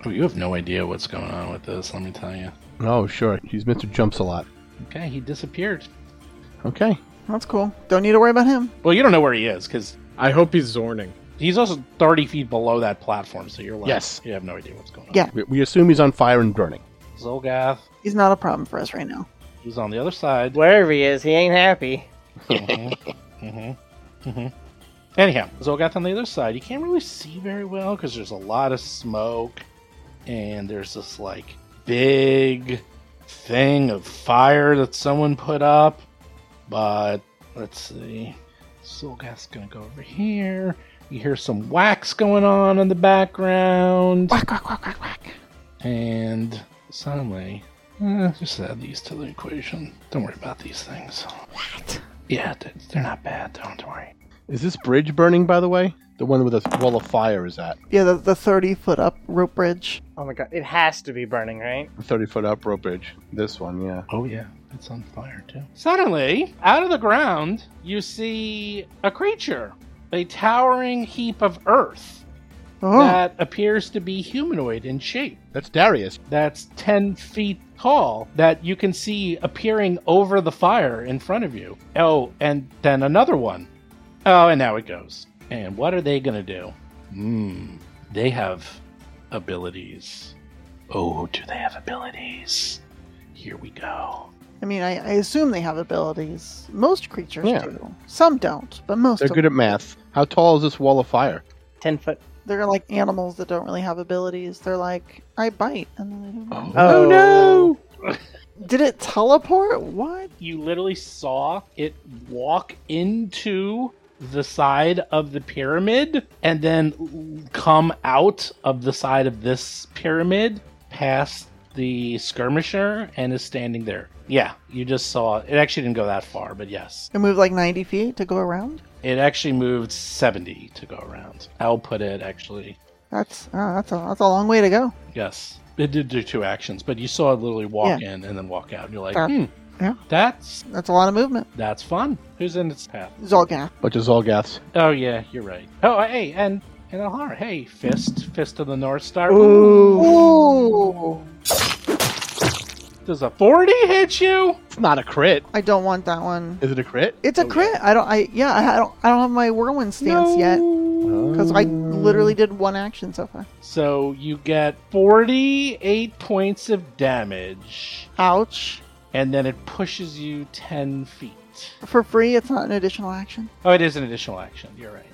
S2: Oh, you have no idea what's going on with this, let me tell you.
S6: Oh, sure. He's Mr. Jumps a lot.
S2: Okay, he disappeared.
S6: Okay.
S5: That's cool. Don't need to worry about him.
S2: Well, you don't know where he is because
S3: I hope he's zorning.
S2: he's also 30 feet below that platform, so you're like,
S6: Yes.
S2: You have no idea what's going on.
S5: Yeah.
S6: We, we assume he's on fire and burning.
S2: Zolgath,
S5: He's not a problem for us right now.
S2: he's on the other side.
S4: Wherever he is, he ain't happy.
S2: Anyhow, Zolgath on the other side, you can't really see very well because there's a lot of smoke, and there's this like big thing of fire that someone put up. But let's see, Zolgath's gonna go over here. You hear some wax going on in the background,
S5: Quack quack quack quack quack.
S2: and suddenly, eh, just add these to the equation. Don't worry about these things.
S5: What?
S2: Yeah, they're- they're not bad. Don't worry.
S6: Is this bridge burning, by the way? The one with a wall of fire is at
S5: Yeah, the, the thirty foot up rope bridge.
S4: Oh my god, it has to be burning, right?
S6: the thirty foot up rope bridge. This one, yeah.
S2: Oh yeah, it's on fire too. Suddenly, out of the ground, you see a creature, a towering heap of earth
S5: Oh,
S2: that appears to be humanoid in shape.
S6: That's Darius.
S2: That's ten feet tall. That you can see appearing over the fire in front of you. Oh, and then another one. Oh, and now it goes. And what are they gonna do? Hmm, they have abilities. Oh, do they have abilities? Here we go.
S5: I mean, I, I assume they have abilities. Most creatures
S6: Yeah.
S5: do. Some don't, but most.
S6: They're
S5: of
S6: good at math. How tall is this wall of fire?
S4: Ten foot.
S5: They're like animals that don't really have abilities. They're like, I bite, and then I don't. know.
S4: Oh, no!
S5: Did it teleport? What?
S2: you literally saw it walk into the side of the pyramid and then come out of the side of this pyramid past the skirmisher and is standing there. Yeah, you just saw it actually didn't go that far, but yes.
S5: It moved like 90 feet to go around?
S2: It actually moved 70 to go around. I'll put it actually.
S5: That's uh, that's a that's a long way to go.
S2: Yes. It did do two actions, but you saw it literally walk in and then walk out. And you're like,
S5: That-
S2: hmm,
S5: yeah.
S2: that's
S5: That's a lot of movement.
S2: that's fun. Who's in its path?
S5: Zolgath.
S6: Bunch of Zolgaths.
S2: Oh yeah, you're right. Oh hey, and and Alhara, hey, fist, fist of the North Star.
S5: Ooh.
S2: Does a forty hit you?
S6: It's not a crit.
S5: I don't want that one.
S6: Is it a crit?
S5: It's a crit. I don't. I yeah. I, I don't. I don't have my whirlwind stance yet because I literally did one action so far.
S2: So you get forty-eight points of damage,
S5: Ouch.
S2: and then it pushes you ten feet.
S5: For free, it's not an additional action.
S2: Oh, it is an additional action. You're right.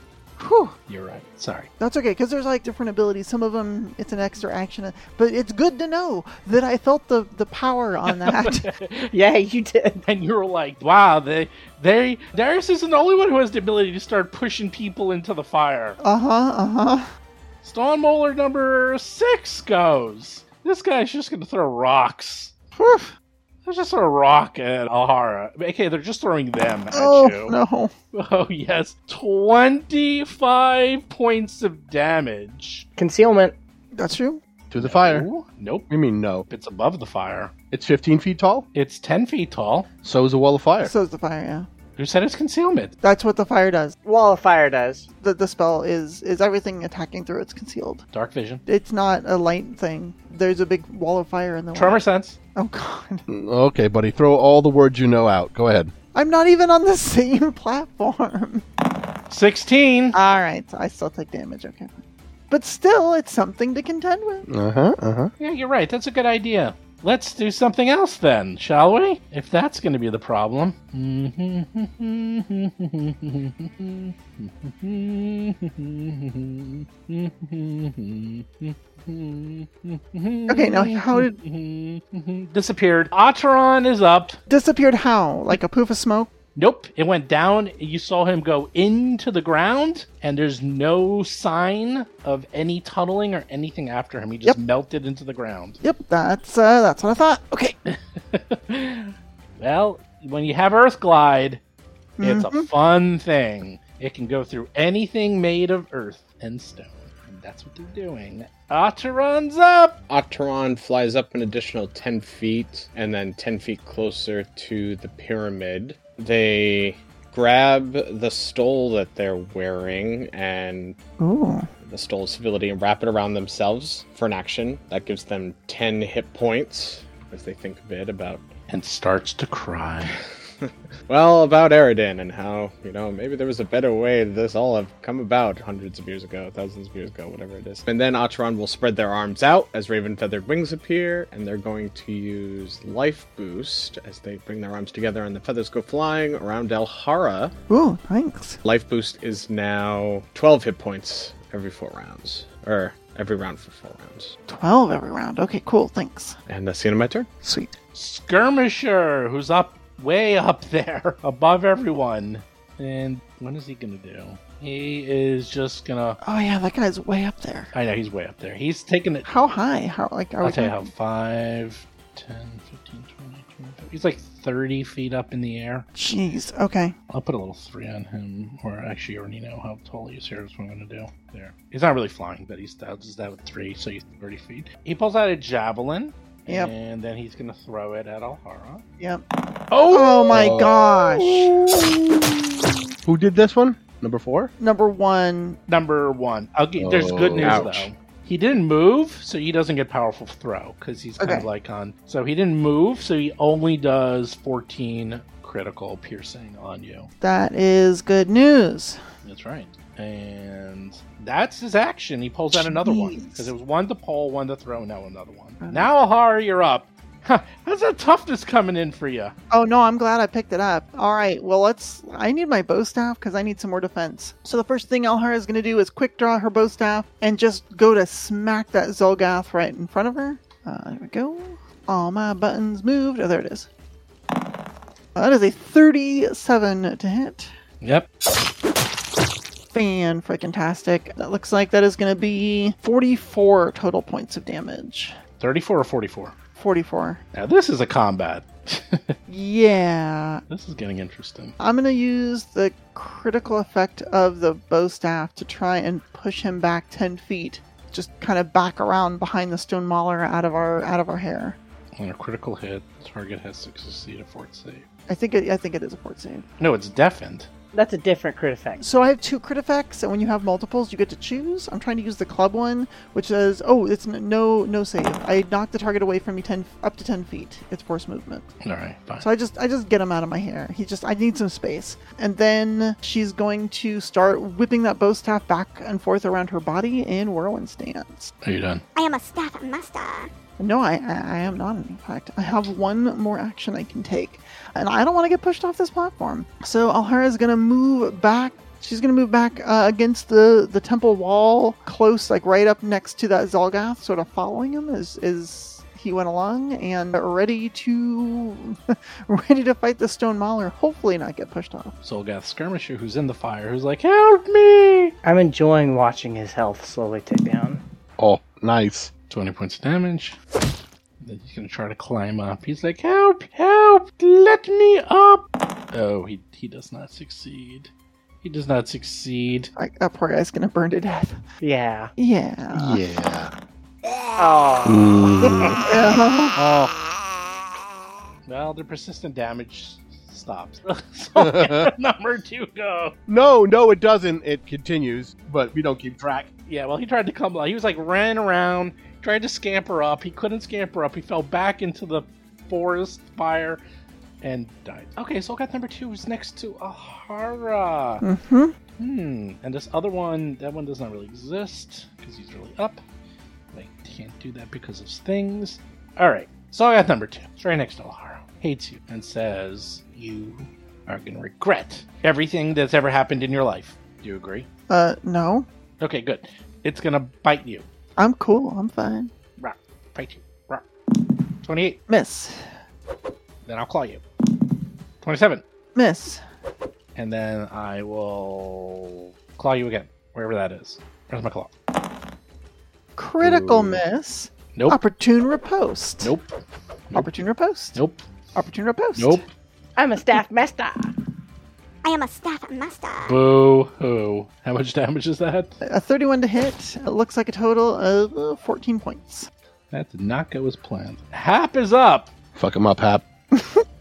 S5: Whew.
S2: You're right. Sorry.
S5: That's okay because there's like different abilities. Some of them it's an extra action, but it's good to know that I felt the the power on that.
S4: Yeah, you did.
S2: And you were like, wow, they they Darius is the only one who has the ability to start pushing people into the fire.
S5: uh huh. Uh huh.
S2: Stonemolar number six goes. This guy's just gonna throw rocks. They're just throwing a rock at Alhara. Okay, they're just throwing them at
S5: Oh
S2: you.
S5: no.
S2: Oh yes, twenty-five points of damage.
S4: Concealment.
S5: That's true.
S6: To the fire.
S2: Ooh, nope,
S6: You mean no?
S2: it's above the fire.
S6: It's 15 feet tall.
S2: It's ten feet tall.
S6: So is a wall of fire.
S5: So is the fire. Yeah.
S2: Who said it's concealment?
S5: That's what the fire does.
S4: Wall of fire does.
S5: The the spell is is everything attacking through it's concealed.
S2: Dark vision,
S5: It's not a light thing. There's a big wall of fire in the way.
S2: tremor sense.
S5: Oh god.
S6: okay, buddy. Throw all the words you know out. Go ahead.
S5: I'm not even on the same platform.
S2: Sixteen.
S5: All right, so I still take damage. Okay. But still, it's something to contend with.
S6: Uh huh. Uh huh.
S2: Yeah, you're right. That's a good idea. Let's do something else then, shall we? If that's going to be the problem. Okay,
S5: now how
S2: did. Disappeared. Acheron is up.
S5: Disappeared how? Like a poof of smoke?
S2: Nope, it went down. You saw him go into the ground, and there's no sign of any tunneling or anything after him. He just melted into the ground.
S5: Yep, that's uh, that's what I thought. Okay,
S2: well, when you have Earth Glide, it's a fun thing. It can go through anything made of earth and stone. And that's what they're doing. Otteron's up!
S3: Octeron flies up an additional 10 feet and then 10 feet closer to the pyramid. They grab the stole that they're wearing and
S5: ooh,
S3: the stole's civility and wrap it around themselves for an action. That gives them 10 hit points as they think a bit about,
S2: And starts to cry.
S3: well, about Eridan and how, you know, maybe there was a better way this all have come about hundreds of years ago, thousands of years ago, whatever it is. And then Atron will spread their arms out as raven feathered wings appear, and they're going to use life boost as they bring their arms together and the feathers go flying around Elhara.
S5: ooh, thanks.
S3: Life boost is now 12 hit points every four rounds, or every round for four rounds.
S5: Twelve every round. Okay, cool, thanks.
S3: And that's the end of my turn.
S5: Sweet.
S2: Skirmisher, who's up way up there, above everyone. And what is he gonna do? He is just gonna.
S5: Oh yeah, that guy's way up there.
S2: I know he's way up there. He's taking it.
S5: How high? How like are
S2: I'll
S5: we?
S2: tell you how.
S5: talking-
S2: 5, 10, 15, 20, 25. He's like 30 feet up in the air.
S5: Jeez. Okay.
S2: I'll put a little 3 on him, or actually, you already know how tall he is here. That's what I'm going to do. There. He's not really flying, but he's that, that with 3, so he's 30 feet. He pulls out a javelin.
S5: Yep.
S2: And then he's going to throw it at Alhara.
S5: Yep.
S2: Oh!
S5: Oh my gosh.
S6: Who did this one? Number four.
S5: Number one.
S2: Number one. I'll get, there's good news,
S3: Ouch.
S2: though. He didn't move, so he doesn't get powerful throw because he's kind of
S5: Okay.
S2: like on. So he didn't move, so he only does 14 critical piercing on you.
S5: That is good news.
S2: That's right. And that's his action. He pulls out another one
S5: Jeez.
S2: because it was one to pull, one to throw. Now another one.
S5: Uh-huh.
S2: Now Ahara, you're up. Huh, How's that toughness coming in for you?
S5: Oh no, I'm glad I picked it up. All right, well let's. I need my bow staff because I need some more defense. So the first thing Elhara is going to do is quick draw her bow staff and just go to smack that Zolgath right in front of her. Uh, there we go. All my buttons moved. Oh, there it is. That is a 37 to hit.
S2: Yep.
S5: Fan freaking tastic. That looks like that is going to be 44 total points of damage.
S2: 34 or 44.
S5: 44.
S2: Now this is a combat.
S5: Yeah,
S2: this is getting interesting.
S5: I'm going to use the critical effect of the bow staff to try and push him back 10 feet. Just kind of back around behind the stone mauler out of our out of our hair.
S2: On a critical hit, target has to succeed a fort save.
S5: I think it, I think it is a fort save.
S2: No, it's deafened.
S4: That's a different crit effect.
S5: So I have two crit effects, and when you have multiples, you get to choose. I'm trying to use the club one, which says, "Oh, it's n- no no save. I knock the target away from me 10 f- up to 10 feet. It's force movement."
S2: All right, fine.
S5: So I just I just get him out of my hair. He just I need some space. And then she's going to start whipping that bow staff back and forth around her body in whirlwind stance.
S2: Are you done?
S7: I am a staff master.
S5: No, I I I am not in fact. I have one more action I can take. And I don't want to get pushed off this platform. So Alhara is going to move back She's going to move back uh, against the, the temple wall, close, like right up next to that Zolgath, sort of following him as, as he went along, and ready to ready to fight the stone mauler. Hopefully, not get pushed off.
S2: Solgath skirmisher who's in the fire, who's like, help me!
S4: I'm enjoying watching his health slowly tick down.
S6: Oh, nice.
S2: 20 points of damage. Then he's gonna try to climb up. He's like, help, help, let me up. Oh, he, he does not succeed. He does not succeed.
S5: Like that poor guy's going to burn to death.
S4: Yeah.
S5: Yeah.
S6: yeah.
S4: Oh.
S2: Well, the persistent damage stops. so number two go.
S6: No, no, it doesn't. It continues, but we don't keep track.
S2: Yeah, well, he tried to come. He was like ran around, tried to scamper up. He couldn't scamper up. He fell back into the forest fire and died. Okay, so got number two is next to Ahara.
S5: Mm-hmm.
S2: Hmm. And this other one, that one does not really exist because he's really up. They can't do that because of things. All right. So I got number two. It's right next to Lahara. Hates you and says you are going to regret everything that's ever happened in your life. Do you agree?
S5: Uh, no.
S2: Okay, good. It's going to bite you.
S5: I'm cool. I'm fine.
S2: Rock. Bite you. Rock. 28.
S5: Miss.
S2: Then I'll claw you. 27.
S5: Miss.
S2: And then I will claw you again, wherever that is. Where's my claw?
S5: Critical
S2: Ooh.
S5: miss.
S2: Nope.
S5: Opportune riposte.
S2: Nope. Nope.
S5: Opportune riposte.
S2: Nope.
S5: Opportune riposte.
S2: Nope.
S4: I'm a staff master.
S7: I am a staff master.
S2: Boo hoo. How much damage is that?
S5: A 31 to hit. It looks like a total of uh, 14 points.
S2: That did not go as planned. Hap is up.
S8: Fuck him up, Hap.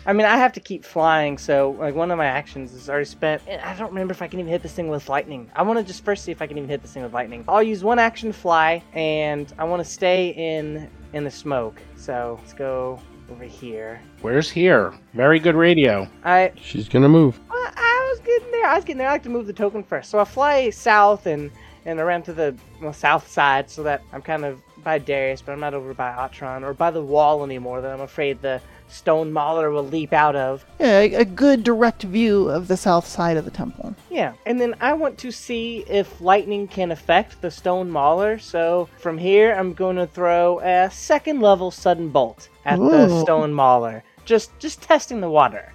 S4: I mean, I have to keep flying, so like one of my actions is already spent, and I don't remember if I can even hit this thing with lightning. I want to just first see if I can even hit this thing with lightning. I'll use one action to fly, and I want to stay in in the smoke. So let's go over here.
S2: Where's here? Very good radio.
S4: I
S8: She's gonna move.
S4: I- I was getting there. I was getting there. I like to move the token first, so I fly south and and around to the well, south side, so that I'm kind of by Darius, but I'm not over by Atron or by the wall anymore. That I'm afraid the stone mauler will leap out of.
S5: Yeah, a, a good direct view of the south side of the temple.
S4: Yeah, and then I want to see if lightning can affect the stone mauler. So from here, I'm going to throw a second level sudden bolt at the
S5: Ooh.
S4: stone mauler. Just just testing the water.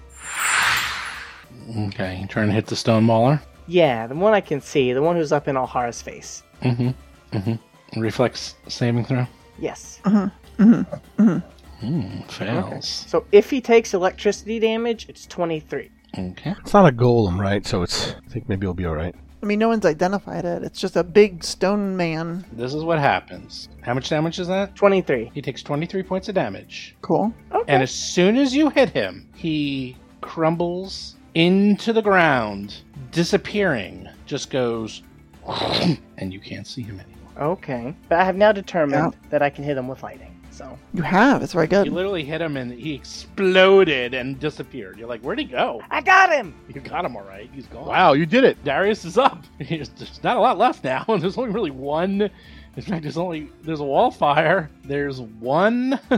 S2: Okay, trying to hit the stone mauler.
S4: Yeah, the one I can see, the one who's up in Alhara's face.
S2: Reflex saving throw.
S4: Yes.
S2: Fails.
S4: So if he takes electricity damage, it's 23.
S2: Okay.
S8: It's not a golem, right? So it's. I think maybe it'll be all right.
S5: I mean, no one's identified it. It's just a big stone man.
S2: This is what happens. How much damage is that?
S4: 23.
S2: He takes 23 points of damage.
S5: Cool.
S2: And as soon as you hit him, he crumbles into the ground, disappearing. Just goes, and you can't see him anymore.
S4: Okay. But I have now determined that I can hit him with lightning. So
S5: You have. It's very
S2: You
S5: good.
S2: literally hit him, and he exploded and disappeared. You're like, where'd he go?
S4: I got him.
S2: You got him all right. He's gone.
S6: Wow, you did it.
S2: Darius is up. There's there's not a lot left now. There's only really one. In fact, there's only there's a wall fire. There's one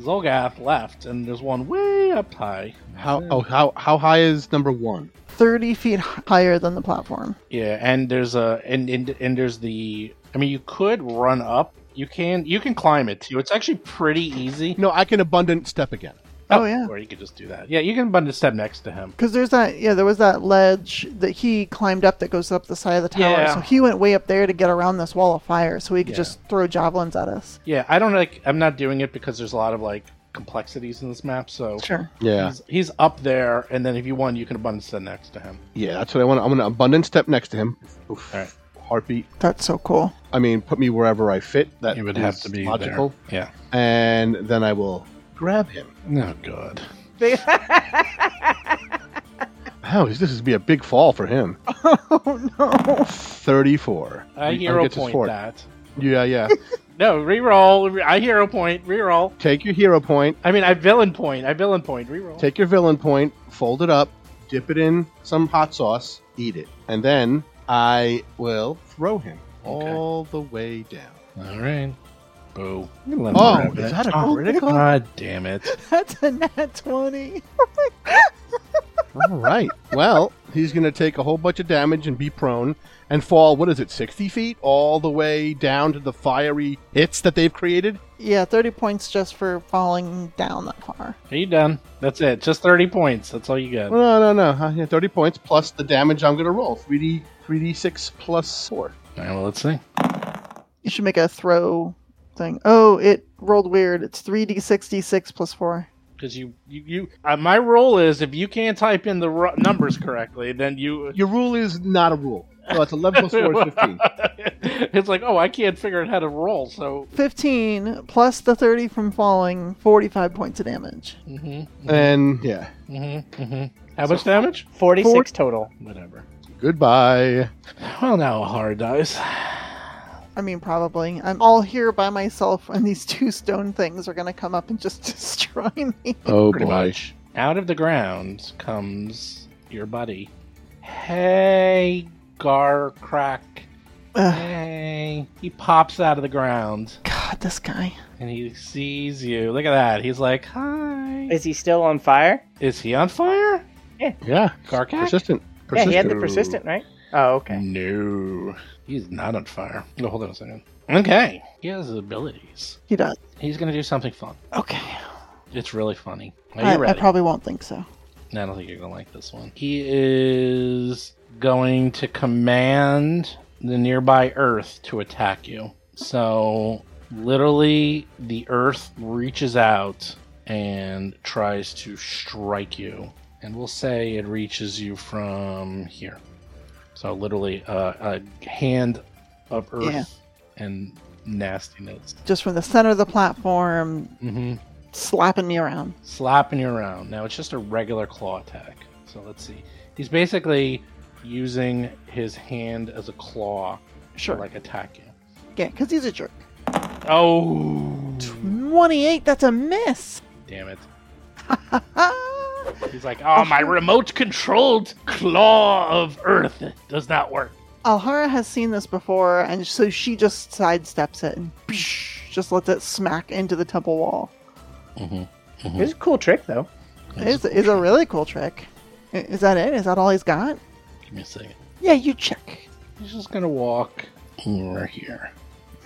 S2: Zolgath left, and there's one way up high.
S6: How oh how how high is number one?
S5: 30 feet h- higher than the platform.
S2: Yeah, and there's a and, and and there's the. I mean, you could run up. You can you can climb it too. It's actually pretty easy.
S6: No, I can abundant step again.
S5: Oh, yeah.
S2: or you could just do that. Yeah, you can button to step next to him.
S5: Because there's that, yeah, there was that ledge that he climbed up that goes up the side of the tower.
S2: Yeah.
S5: So he went way up there to get around this wall of fire so he could
S2: Yeah.
S5: just throw javelins at us.
S2: Yeah, I don't like. I'm not doing it because there's a lot of like complexities in this map. So
S5: Sure.
S8: Yeah.
S2: he's, he's up there, and then if you want, you can abundance step next to him.
S6: Yeah, that's what I want. I'm gonna abundant step next to him. Oof.
S2: All right.
S6: Heartbeat.
S5: That's so cool.
S6: I mean, put me wherever I fit. That
S2: It would
S6: is
S2: have to be
S6: logical.
S2: There. Yeah.
S6: And then I will grab him.
S2: Oh god.
S6: Oh, this is be a big fall for him.
S5: Oh, no.
S6: Thirty-four.
S2: I
S6: He-
S2: hero
S6: gets his
S2: point
S6: fort.
S2: that.
S6: Yeah, yeah.
S2: No, reroll. Re- I hero point. Reroll.
S6: Take your hero point.
S2: I mean, I villain point. I villain point. Reroll.
S6: Take your villain point, fold it up, dip it in some hot sauce, eat it, and then I will throw him
S2: Okay.
S6: all the way down.
S2: All right. Boo.
S6: Oh, is that a critical?
S2: God damn it.
S5: That's a nat 20.
S6: all right. Well, he's going to take a whole bunch of damage and be prone and fall. What is it, sixty feet, all the way down to the fiery hits that they've created?
S5: Yeah, 30 points just for falling down that far.
S2: Are you done? That's it. Just 30 points. That's all you
S6: Well,
S2: got.
S6: No, no, no. Huh, yeah, Thirty points plus the damage I'm going to roll. Three d, three d six plus four.
S2: All right, well, let's see.
S5: You should make a throw thing. Oh, it rolled weird. It's 3d66 plus 4.
S2: Because you, you, you uh, my rule is if you can't type in the ru- numbers correctly, then you.
S6: Your rule is not a rule. So it's eleven plus four is fifteen.
S2: it's like, oh, I can't figure out how to roll, so.
S5: 15 plus the 30 from falling, 45 points of damage.
S6: And yeah,
S2: Mm-hmm, How much damage?
S4: 46 total.
S2: Whatever.
S6: goodbah.
S2: Well, now hard dice.
S5: I mean, probably. I'm all here by myself, and these two stone things are going to come up and just destroy me.
S8: Oh
S2: Pretty
S8: boy.
S2: much. Out of the ground comes your buddy. Hey, cigar crack.
S5: Ugh,
S2: Hey, he pops out of the ground
S5: God, this guy.
S2: and he sees you. Look at that. He's like, "Hi."
S4: Is he still on fire?
S2: Is he on fire?
S6: Yeah.
S2: Garkak?
S6: Persistent.
S4: Yeah, he had the
S6: Persistent.
S4: persistent, right? Oh, okay.
S2: No, he's not on fire. No, hold on a second. Okay, he has abilities.
S5: He does.
S2: He's gonna do something fun.
S5: Okay.
S2: It's really funny. Are you
S5: I, I
S2: ready?
S5: probably won't think so.
S2: I don't think you're gonna like this one. He is going to command the nearby Earth to attack you. So literally, the Earth reaches out and tries to strike you, and we'll say it reaches you from here. So literally, uh, a hand of Earth
S5: Yeah.
S2: and nastiness.
S5: Just from the center of the platform,
S2: Mm-hmm.
S5: slapping me around.
S2: slapping you around. Now it's just a regular claw attack. So let's see. He's basically using his hand as a claw
S5: Sure.
S2: to like attack you.
S5: Yeah, because he's a jerk.
S2: Oh,
S5: 28, that's a miss.
S2: damn it!
S5: Ah,
S2: He's like, oh, my remote-controlled claw of Earth does not work.
S5: Alhara has seen this before, and so she just sidesteps it and just lets it smack into the temple wall.
S4: It's a cool trick, though.
S5: It's, it's a really cool trick. I- Is that it? Is that all he's got?
S2: Give me a second.
S5: Yeah, you check.
S2: He's just gonna walk over here.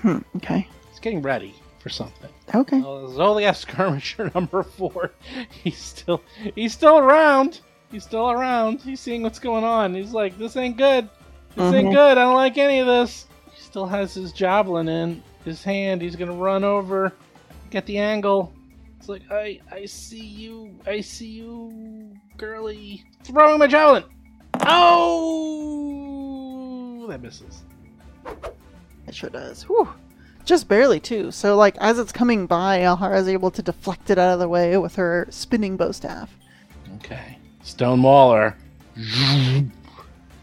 S5: Hmm, okay.
S2: He's getting ready for something.
S5: Okay.
S2: Well, Zoliath skirmisher number four. He's still he's still around. He's still around. He's seeing what's going on. He's like, this ain't good. This ain't good. I don't like any of this. He still has his javelin in his hand. He's gonna run over, get the angle. It's like I I see you. I see you, girly. Throwing my javelin. Oh, that misses.
S5: It sure does. Whew. Just barely, too. So, like, as it's coming by, Alhara is able to deflect it out of the way with her spinning bow staff.
S2: Okay, Stone Waller.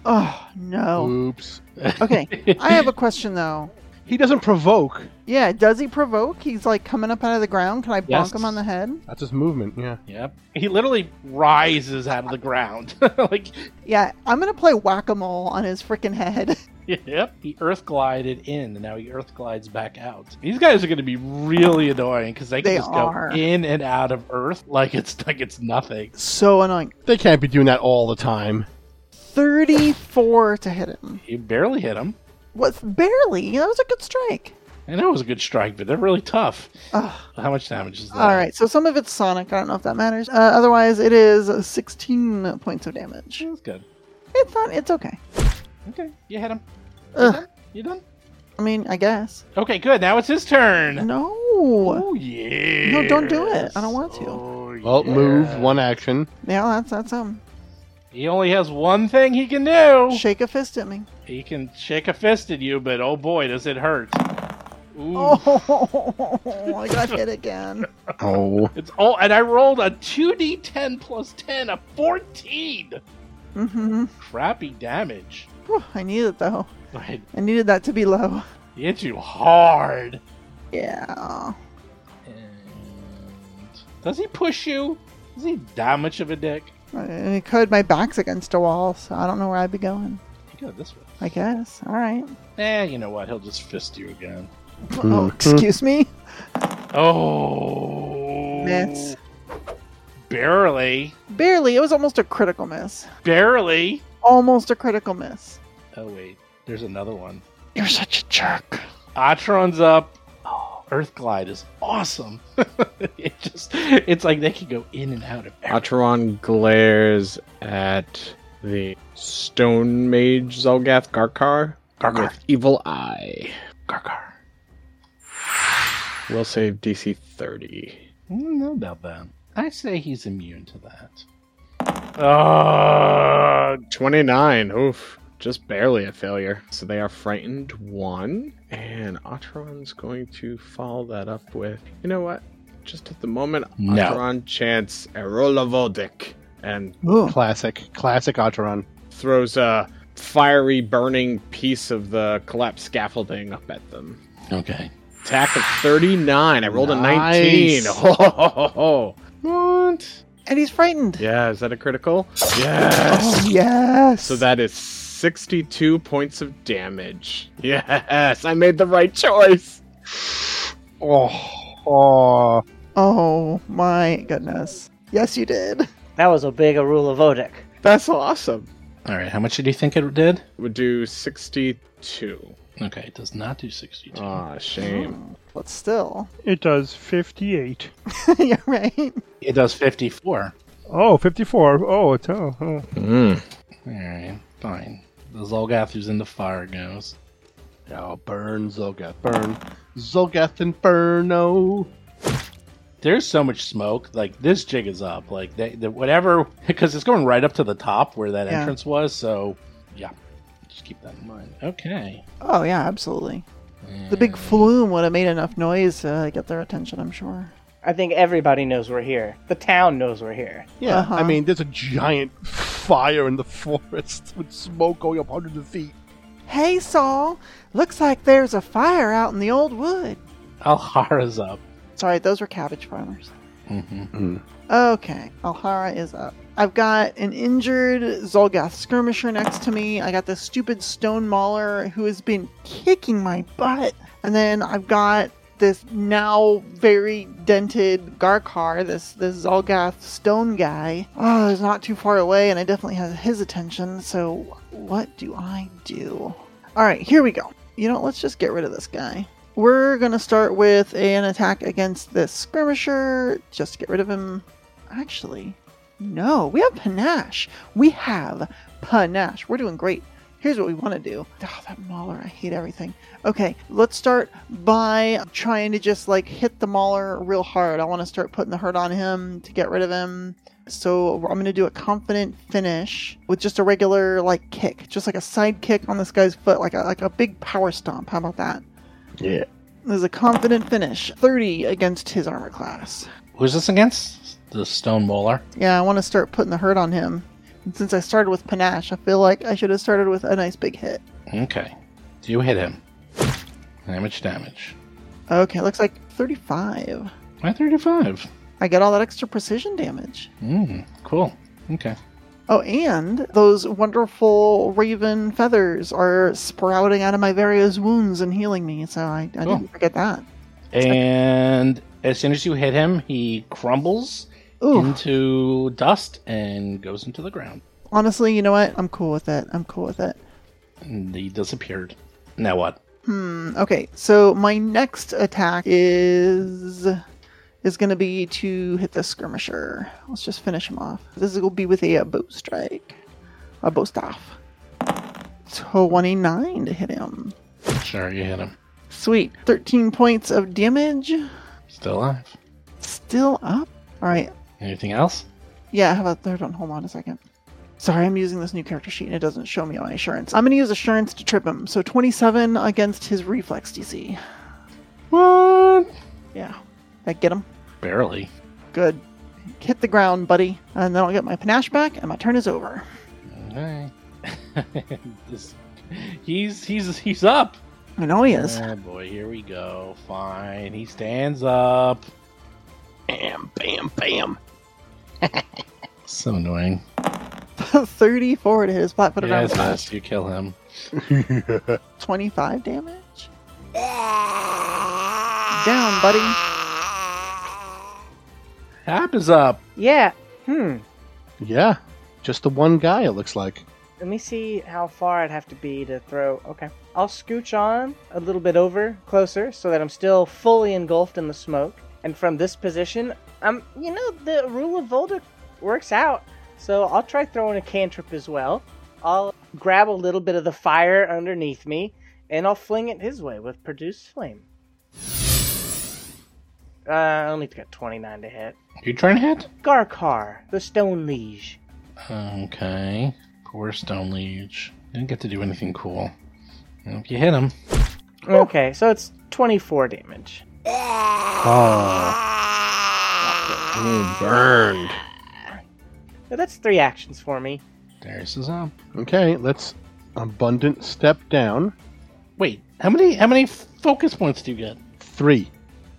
S5: Oh, no.
S6: Oops.
S5: Okay. I have a question, though.
S6: He doesn't provoke.
S5: Yeah, does he provoke? He's, like, coming up out of the ground. Can I bonk
S2: Yes.
S5: him on the head?
S6: That's his movement. Yeah.
S2: Yep. He literally rises out of the ground. like,
S5: Yeah, I'm going to play whack a mole on his freaking head.
S2: yep. He earth glided in, and now he earth glides back out. These guys are going to be really annoying because they can
S5: They
S2: just
S5: are.
S2: go in and out of earth like it's like it's nothing.
S5: so annoying.
S6: They can't be doing that all the time.
S5: 34 to hit him.
S2: You barely hit him.
S5: Was barely. That was a good strike.
S2: And that was a good strike, but they're really tough.
S5: Ugh.
S2: How much damage is that?
S5: All right, so some of it's sonic. I don't know if that matters. Uh, otherwise, it is 16 points of damage.
S2: That's good.
S5: It's not. It's okay.
S2: Okay. You hit him.
S5: Ugh.
S2: You done?
S5: I mean, I guess.
S2: Okay, good. Now it's his turn.
S5: No.
S2: Oh, yeah.
S5: No, don't do it. I don't want to.
S2: Oh,
S6: Well,
S2: yeah.
S6: move one action.
S5: Yeah, that's that's um.
S2: He only has one thing he can do.
S5: Shake a fist at me.
S2: He can shake a fist at you, but oh boy, does it hurt. Ooh.
S5: Oh, I got hit again.
S6: Oh.
S2: It's all, and I rolled a 2d10 plus 10, a 14!
S5: Mm-hmm.
S2: Crappy damage.
S5: I need it though.
S2: But
S5: I needed that to be low.
S2: he hit you hard.
S5: Yeah.
S2: And does he push you? Is he that much of a dick?
S5: I I could. My back's against a wall, so I don't know where I'd be going.
S2: He could this way.
S5: I guess. All right.
S2: Eh, you know what? He'll just fist you again.
S5: Oh, excuse me.
S2: Oh.
S5: Miss.
S2: Barely.
S5: Barely. It was almost a critical miss.
S2: Barely.
S5: Almost a critical miss.
S2: Oh, wait. There's another one.
S5: You're such a jerk.
S2: Atron's up. Oh, Earthglide is awesome. it just it's like they could go in and out of everything.
S3: Acheron glares at the stone mage Zolgath Garkar
S2: Gargar.
S3: with evil eye.
S2: Gargar.
S3: Will save DC 30.
S2: I don't know about that. I say he's immune to that. Uh,
S3: 29. Oof. Just barely a failure. So they are frightened one. And Otteron's going to follow that up with, you know what? Just at the moment,
S2: No.
S3: Otteron chants Erolavodik and
S5: Ooh.
S6: Classic. Classic Acheron.
S3: throws a fiery burning piece of the collapsed scaffolding up at them.
S2: okay.
S3: Attack of 39. I rolled Oh,
S6: Nice.
S3: a 19. Ho, ho, ho, ho. What?
S5: And he's frightened. Oh,
S3: Yeah, is that a critical? Yes.
S5: Yes.
S3: So that is 62 points of damage. Yes, I made the right choice.
S6: Oh, oh.
S5: Oh my goodness. Yes, you did.
S4: That was a big rule of Odic.
S3: That's awesome.
S2: All right, how much did you think it did?
S3: Would do 62.
S2: Okay, it does not do 62.
S3: Ah, shame.
S5: But still.
S9: It does 58.
S5: yeah, right.
S2: It does 54.
S9: Oh, 54. Oh, it's oh, oh.
S2: All right, fine. The Zolgath who's in the fire goes.
S6: Now burn, Zolgath, burn. Zolgath Inferno.
S2: There's so much smoke. Like, this jig is up. Like, they, the, whatever, because it's going right up to the top where that
S5: Yeah.
S2: entrance was. So, yeah, just keep that in mind. Okay.
S5: Oh yeah, absolutely. The big flume would have made enough noise to get their attention, I'm sure.
S4: I think everybody knows we're here. The town knows we're here.
S6: Yeah,
S5: Uh-huh.
S6: I mean, there's a giant fire in the forest with smoke going up hundreds of feet.
S5: Hey, Saul. Looks like there's a fire out in the old wood.
S2: Alhara's up.
S5: Sorry, those were cabbage farmers.
S2: hmm
S5: Okay, Alhara is up. I've got an injured Zolgath skirmisher next to me. I got this stupid stone mauler who has been kicking my butt. And then I've got this now very dented Garkar, this this Zolgath stone guy. Oh, is not too far away, and I definitely have his attention. So what do I do? All right, here we go. You know, let's just get rid of this guy. We're gonna start with an attack against this skirmisher. Just to get rid of him. Actually, no, we have panache. We have panache. We're doing great. Here's what we want to do. Oh, that mauler, I hate everything. Okay, let's start by trying to just like hit the mauler real hard. I want to start putting the hurt on him to get rid of him. So I'm going to do a confident finish with just a regular like kick, just like a side kick on this guy's foot, like a, like a big power stomp. How about that?
S6: Yeah.
S5: There's a confident finish, 30 against his armor class.
S2: Who's this against? The Stone Bowler.
S5: Yeah, I want to start putting the hurt on him. And since I started with panache, I feel like I should have started with a nice big hit.
S2: Okay. Do you hit him? Damage, damage.
S5: Okay, looks like 35.
S2: My 35.
S5: I get all that extra precision damage.
S2: Mm, cool. Okay.
S5: Oh, and those wonderful raven feathers are sprouting out of my various wounds and healing me, so I, I
S2: Cool.
S5: didn't forget that.
S2: And as soon as you hit him, he crumbles
S5: Ooh,
S2: into dust and goes into the ground.
S5: honestly, you know what? I'm cool with it. I'm cool with it.
S2: And he disappeared. Now what?
S5: Hmm. Okay. So my next attack is is going to be to hit the skirmisher. Let's just finish him off. This is going to be with a, uh, bow strike, a bow staff. Twenty nine to hit him.
S2: Sure, you hit him.
S5: Sweet. Thirteen points of damage.
S2: Still alive.
S5: Still up. All right.
S2: Anything else?
S5: Yeah, I have a third one. Hold on a second. Sorry, I'm using this new character sheet and it doesn't show me my assurance. I'm going to use assurance to trip him. So 27 against his reflex DC.
S2: What?
S5: Yeah. That get him.
S2: Barely.
S5: Good. Hit the ground, buddy. And then I'll get my panache back, and my turn is over.
S2: Okay. This- he's he's he's up.
S5: I know he is.
S2: Oh boy, here we go. Fine. He stands up.
S6: Bam, bam, bam.
S2: So annoying.
S5: 34 to hit his flat footed
S2: Yes,
S5: round.
S2: yes, you kill him.
S5: 25 damage. Down, buddy.
S2: Hap is up.
S4: Yeah. Hmm.
S6: Yeah, just the one guy, it looks like.
S4: Let me see how far I'd have to be to throw. Okay. I'll scooch on a little bit over, closer, so that I'm still fully engulfed in the smoke. And from this position, I'm, you know, the rule of Volda works out. So I'll try throwing a cantrip as well. I'll grab a little bit of the fire underneath me, and I'll fling it his way with produce flame. Uh, I only got 29 to hit.
S2: You trying to hit?
S4: Garkar, the Stone Liege.
S2: Okay. Poor Stone Liege. Didn't get to do anything cool. Well, if you hit him.
S4: Okay, so it's 24 damage. Oh.
S3: Burned.
S4: Now that's three actions for me.
S2: Darius is up.
S6: Okay, let's abundant step down.
S2: Wait, how many how many focus points do you get?
S6: Three.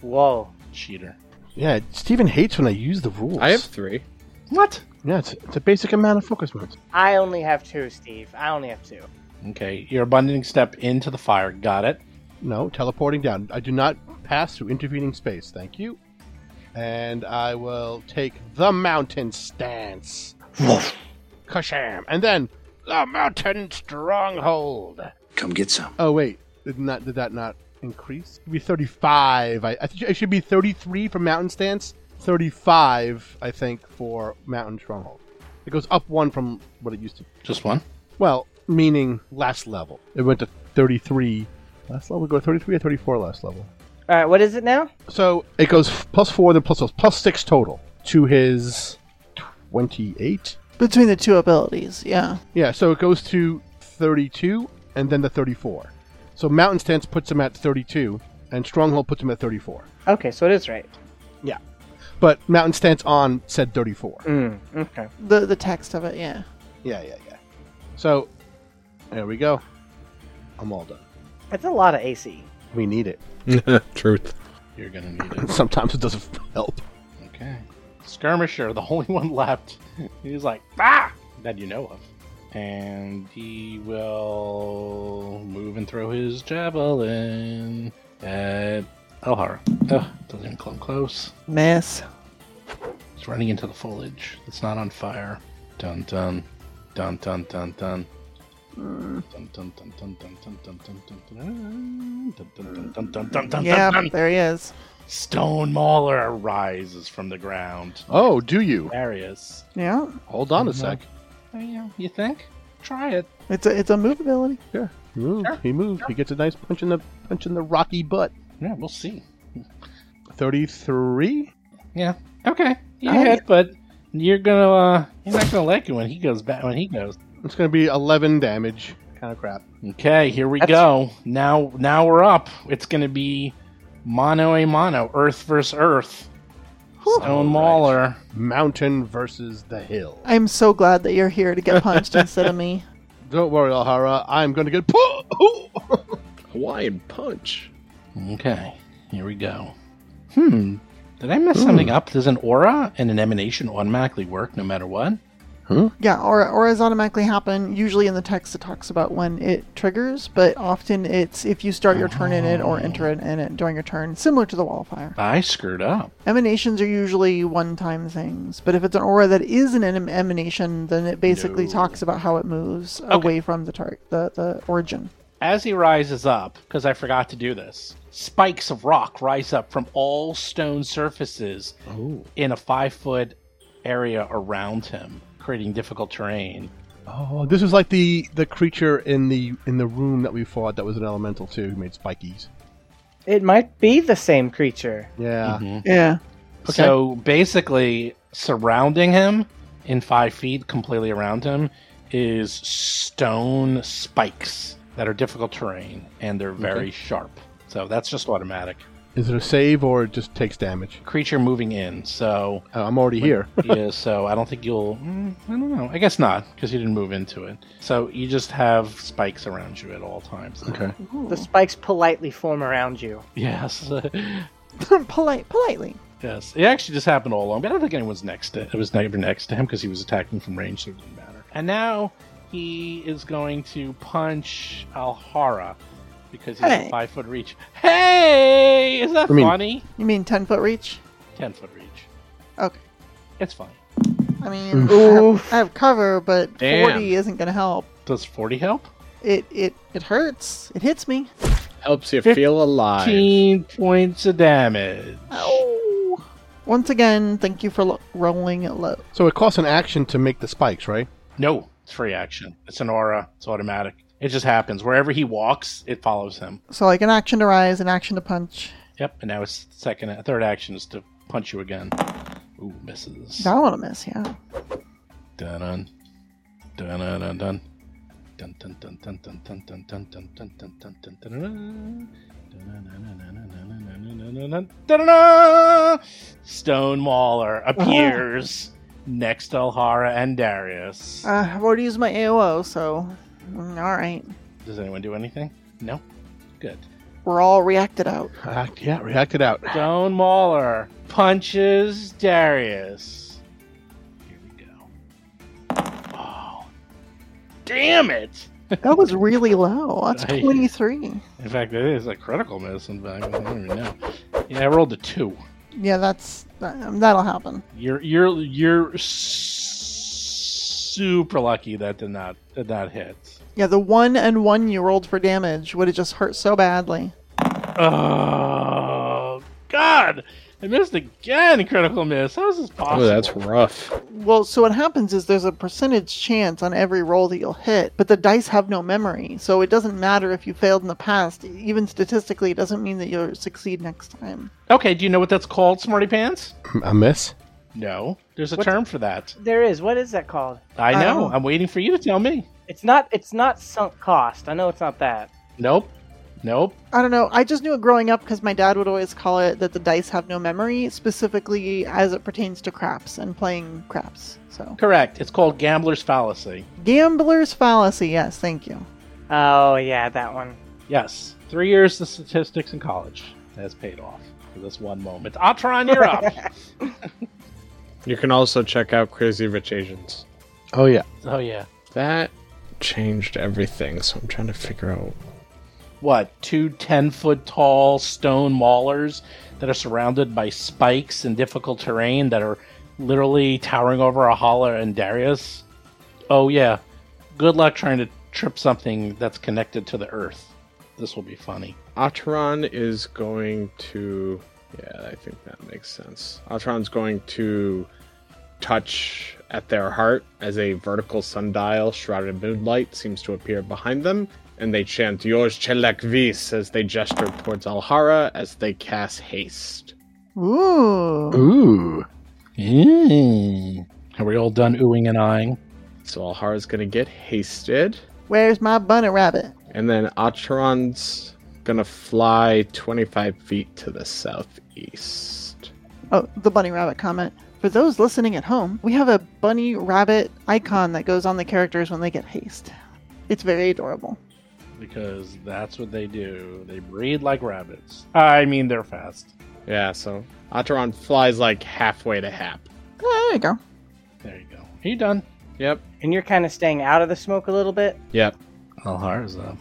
S4: Whoa.
S2: Cheater.
S6: Yeah, Steven hates when I use the rules.
S3: I have three.
S2: What?
S6: Yeah, it's, it's a basic amount of focus points.
S4: I only have two, Steve. I only have two.
S2: Okay, your bundling step into the fire. Got it.
S6: No, teleporting down. I do not pass through intervening space. Thank you. And I will take the mountain stance. Kasham. And then the mountain stronghold.
S10: Come get some.
S6: Oh wait, did not did that not increase? It'd be thirty-five. I, I think it should be thirty-three for mountain stance. Thirty-five, I think, for mountain stronghold. It goes up one from what it used to.
S2: Just one.
S6: Well, meaning last level. It went to thirty-three. Last level, we go thirty-three or thirty-four last level.
S4: All right, what is it now?
S6: So it goes f- plus four, then plus plus plus six total to his twenty-eight.
S5: Between the two abilities, yeah.
S6: Yeah, so it goes to 32 and then the 34. So Mountain Stance puts him at 32 and Stronghold puts him at 34.
S4: Okay, so it is right.
S6: Yeah. But Mountain Stance on said 34.
S4: Mm, okay.
S5: The the text of it, yeah.
S6: Yeah, yeah, yeah. So there we go. I'm all done.
S4: That's a lot of AC.
S6: We need it.
S3: Truth.
S2: You're gonna need it.
S6: Sometimes it doesn't help.
S2: Okay. Skirmisher, the only one left. He's like, ah! That you know of. And he will move and throw his javelin at Elhara. Ugh, doesn't even come close.
S5: Miss.
S2: It's running into the foliage. It's not on fire. Dun dun. Dun dun dun dun. Dun dun dun dun dun dun dun dun dun dun. Dun dun dun dun dun dun dun
S5: yeah,
S2: dun.
S5: there he is.
S2: Stone Mauler rises from the ground.
S6: Oh, do you?
S2: Darius.
S5: Yeah.
S6: Hold on a sec.
S2: Oh, yeah, you think? Try it.
S5: It's a it's a move ability.
S6: He moved. He moved. He gets a nice punch in the punch in the rocky butt.
S2: Yeah, we'll see.
S6: 33?
S2: Yeah. Okay. You hit, but you're gonna uh he's not gonna like it when he goes back when he goes.
S6: It's going to be 11 damage. Kind of crap.
S2: Okay, here we
S4: That's-
S2: go. Now now we're up. It's gonna be mono a mono, earth versus earth. Stone Mauler.
S6: Mountain versus the hill.
S5: I'm so glad that you're here to get punched instead of me.
S6: Don't worry, Alhara. I'm going to get.
S3: Hawaiian punch.
S2: Okay, here we go. Hmm. Did I mess something up? Does an aura and an emanation automatically work no matter what?
S5: Yeah, aura, auras automatically happen. Usually in the text it talks about when it triggers, but often it's if you start your turn in it or enter it in it during your turn, similar to the wall of fire.
S2: I screwed up.
S5: Emanations are usually one time things, but if it's an aura that is an em- emanation, then it basically talks about how it moves away from the target, the, the origin.
S2: As he rises up, because I forgot to do this, spikes of rock rise up from all stone surfaces in a five foot area around him, creating difficult terrain.
S6: Oh, this is like the the creature in the in the room that we fought that was an elemental too who made spikies.
S4: It might be the same creature.
S6: Yeah.
S5: Yeah.
S2: So basically, surrounding him in five feet, completely around him, is stone spikes that are difficult terrain and they're very sharp. So that's just automatic.
S6: Is it a save or it just takes damage?
S2: Creature moving in. So
S6: Oh, I'm already here.
S2: yeah, so I don't think you'll. mm, I don't know. I guess not because you didn't move into it. So you just have spikes around you at all times.
S6: Okay.
S4: The spikes politely form around you.
S2: Yes.
S5: Polite, politely.
S2: yes. It actually just happened all along, but I don't think anyone's next to it. was never next to him because he was attacking from range, so it didn't matter. And now he is going to punch Alhara because he's
S5: Hey.
S2: a five foot reach. Hey, is that
S6: I mean-
S2: funny?
S5: You mean 10 foot reach?
S2: Ten foot reach.
S5: Okay.
S2: It's fine.
S5: I mean, I have, I have cover, but
S3: Damn.
S5: 40 isn't going to help.
S2: Does forty help?
S5: It, it, it hurts. It hits me.
S3: Helps you
S2: Fif-
S3: feel alive.
S2: Fifteen points of damage.
S5: Ow. Once again, thank you for lo- rolling it low.
S6: So it costs an action to make the spikes, right?
S2: No, it's free action. It's an aura. It's automatic. It just happens. Wherever he walks, it follows him.
S5: So, like an action to rise, an action to punch.
S2: Yep. And now his second, third action is to punch you again. Ooh, misses.
S5: That one to miss, yeah.
S2: Dun dun dun dun dun. Dun dun dun dun dun dun dun dun dun dun dun dun dun dun dun dun Stone Mauler appears next to Alhara and Darius.
S5: Uh, I've already used my AOO, so. mm, Alright.
S2: Does anyone do anything? No? Good.
S5: We're all reacted out.
S6: Act, yeah, react it out.
S2: Stone Mauler punches Darius. Here we go. damn it!
S5: That was really low. That's
S2: Nice.
S5: 23.
S2: In fact, it is a critical miss. In fact, I don't even know. Yeah, I rolled a two.
S5: Yeah, that's that, um, that'll happen.
S2: You're you're you're s- super lucky that did not did not hit.
S5: Yeah, the one and one you rolled for damage would have just hurt so badly.
S2: Oh God! I missed again. Critical miss. How is this possible?
S3: Oh, that's rough.
S5: Well, so what happens is there's a percentage chance on every roll that you'll hit, but the dice have no memory, so it doesn't matter if you failed in the past. Even statistically, it doesn't mean that you'll succeed next time.
S2: okay. Do you know what that's called, Smarty Pants?
S8: A miss?
S2: No, there's a term for that.
S4: There is. What is that called?
S2: I
S5: I
S2: know.
S3: Oh.
S5: don't-
S2: I'm waiting for you to tell me.
S4: It's not. It's not sunk cost. I know it's not that.
S2: Nope. Nope.
S5: I don't know. I just knew it growing up because my dad would always call it that the dice have no memory, specifically as it pertains to craps and playing craps. So,
S2: Correct. It's called gambler's fallacy.
S5: gambler's fallacy. Yes, thank you.
S4: Oh yeah, that one.
S2: Yes. Three years of statistics in college has paid off for this one moment. Atron, you're up.
S3: You can also check out Crazy Rich Asians.
S8: Oh, yeah.
S2: oh yeah.
S3: That changed everything, so I'm trying to figure out.
S2: What? Two ten foot tall stone maulers that are surrounded by spikes and difficult terrain that are literally towering over Ahala and Darius. Oh yeah. Good luck trying to trip something that's connected to the earth. This will be funny.
S3: Atron is going to. Yeah, I think that makes sense. Atron's going to touch at their heart as a vertical sundial shrouded in moonlight seems to appear behind them, and they chant Yours Chelek Vis as they gesture towards Alhara as they cast haste.
S5: Ooh.
S8: Ooh.
S2: Mm. Are we all done oohing and eyeing?
S3: So Alhara's gonna get hasted.
S5: Where's my bunny rabbit?
S3: And then Atron's gonna fly 25 feet to the southeast.
S5: Oh, the bunny rabbit comment. For those listening at home, we have a bunny rabbit icon that goes on the characters when they get haste. It's very adorable.
S2: Because that's what they do. They breed like rabbits. I mean, they're fast.
S3: Yeah, so Atron flies like halfway to Hap.
S5: Oh, there you go.
S2: There you go. Are you done?
S3: Yep,
S4: And you're kind of staying out of the smoke a little bit.
S3: yep.
S2: Alhar's up.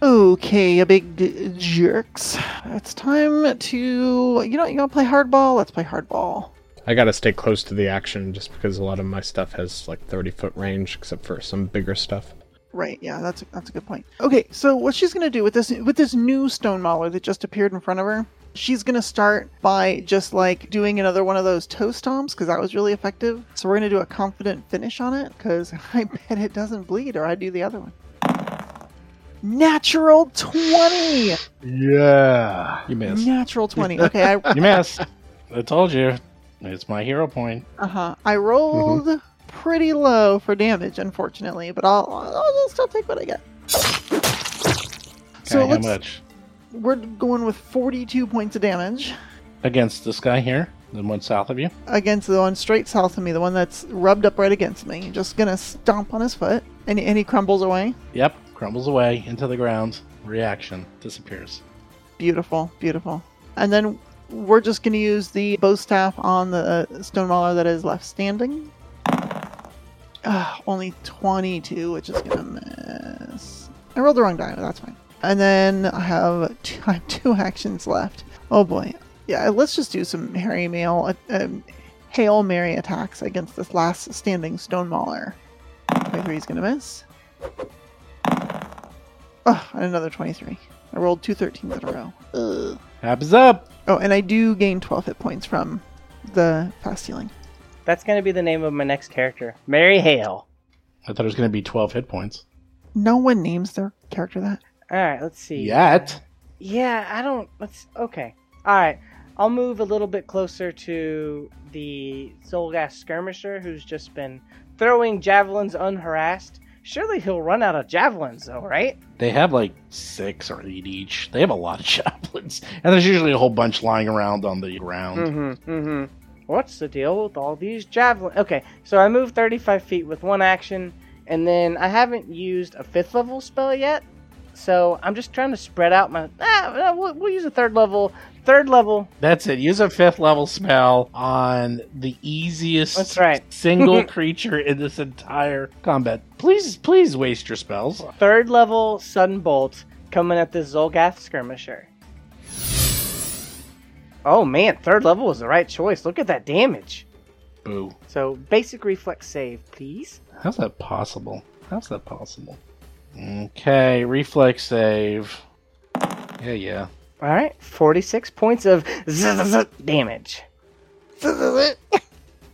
S5: Okay, you big jerks. It's time to you know you want to play hardball. Let's play hardball.
S3: I gotta stay close to the action just because a lot of my stuff has like 30 foot range, except for some bigger stuff.
S5: Right, yeah, that's a, that's a good point. Okay, so what she's gonna do with this with this new stone mauler that just appeared in front of her, she's gonna start by just like doing another one of those toe stomps because that was really effective. So we're gonna do a confident finish on it because I bet it doesn't bleed, or I do the other one. Natural twenty.
S6: Yeah.
S2: You missed.
S5: Natural twenty. Okay, I
S2: You missed. I told you. It's my hero point.
S5: Uh huh. I rolled
S2: Mm-hmm.
S5: pretty low for damage, unfortunately, but I'll, I'll still take what I get. So
S2: Okay, how
S5: let's-
S2: much?
S5: We're going with 42 points of damage
S2: Against this guy here, the one south of you.
S5: against the one straight south of me, the one that's rubbed up right against me. Just gonna stomp on his foot, and, and he crumbles away.
S2: Yep. Crumbles away into the ground. Reaction disappears.
S5: Beautiful, beautiful. And then we're just gonna use the bow staff on the uh, stone mauler that is left standing. Uh, only 22, which is gonna miss. I rolled the wrong die, but that's fine. And then I have two, I have two actions left. Oh boy, yeah. Let's just do some Harry Mail, um, hail Mary attacks against this last standing stone mauler. 23 is gonna miss. Oh, and another 23. I rolled two 13s in a row. Ugh.
S2: Happens up.
S5: Oh, and I do gain 12 hit points from the fast healing.
S4: That's gonna be the name of my next character, Mary Hale.
S2: I thought it was going to be 12 hit points.
S5: No one names their character that.
S4: All right, let's see.
S2: Yet.
S4: Yeah, I don't. Let's. Okay. All right. I'll move a little bit closer to the Zolgas skirmisher who's just been throwing javelins unharassed. Surely he'll run out of javelins, though, right?
S2: They have like six or eight each. They have a lot of javelins. And there's usually a whole bunch lying around on the ground.
S4: Mm-hmm. Mm-hmm. What's the deal with all these javelins? Okay, so I move 35 feet with one action, and then I haven't used a fifth level spell yet, So I'm just trying to spread out my. Ah, we'll, we'll use a third level. Third level.
S2: That's it. Use a fifth level spell on the easiest
S4: That's right.
S2: single creature in this entire combat. Please, please waste your spells.
S4: Third level Sunbolt coming at this Zolgath skirmisher. Oh man, third level was the right choice. Look at that damage.
S2: Boo.
S4: So basic reflex save, please.
S2: How's that possible? How's that possible? Okay, reflex save. Yeah, yeah.
S4: All right, 46 points of zzz damage.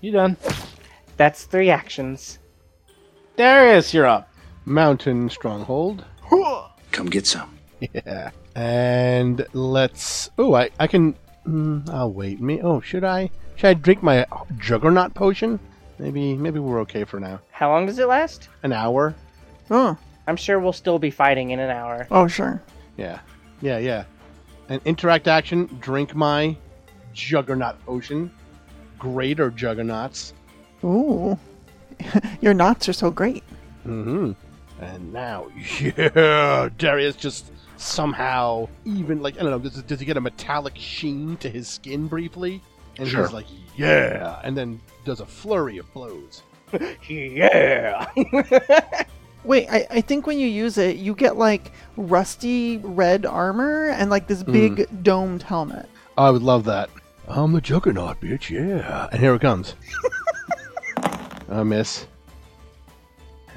S2: You done.
S4: That's three actions.
S2: Darius, you're up.
S6: Mountain stronghold.
S10: Come get some.
S6: Yeah. And let's. Oh, I I can. Mm, I'll wait. Me. Oh, should I? Should I drink my juggernaut potion? Maybe. Maybe we're okay for now.
S4: How long does it last?
S6: An hour.
S5: Oh,
S4: I'm sure we'll still be fighting in an hour.
S5: oh, sure.
S6: Yeah. Yeah. Yeah. An interact action. Drink my juggernaut potion. Greater juggernauts.
S5: Ooh, your knots are so great.
S6: Mm-hmm. And now, yeah, Darius just somehow, even like I don't know, does, does he get a metallic sheen to his skin briefly? And
S8: Sure.
S6: he's like, yeah, and then does a flurry of blows.
S4: Yeah.
S5: Wait, I, I think when you use it, you get like rusty red armor and like this big domed helmet.
S6: Oh, I would love that. I'm the Juggernaut, bitch. Yeah, and here it comes. a miss,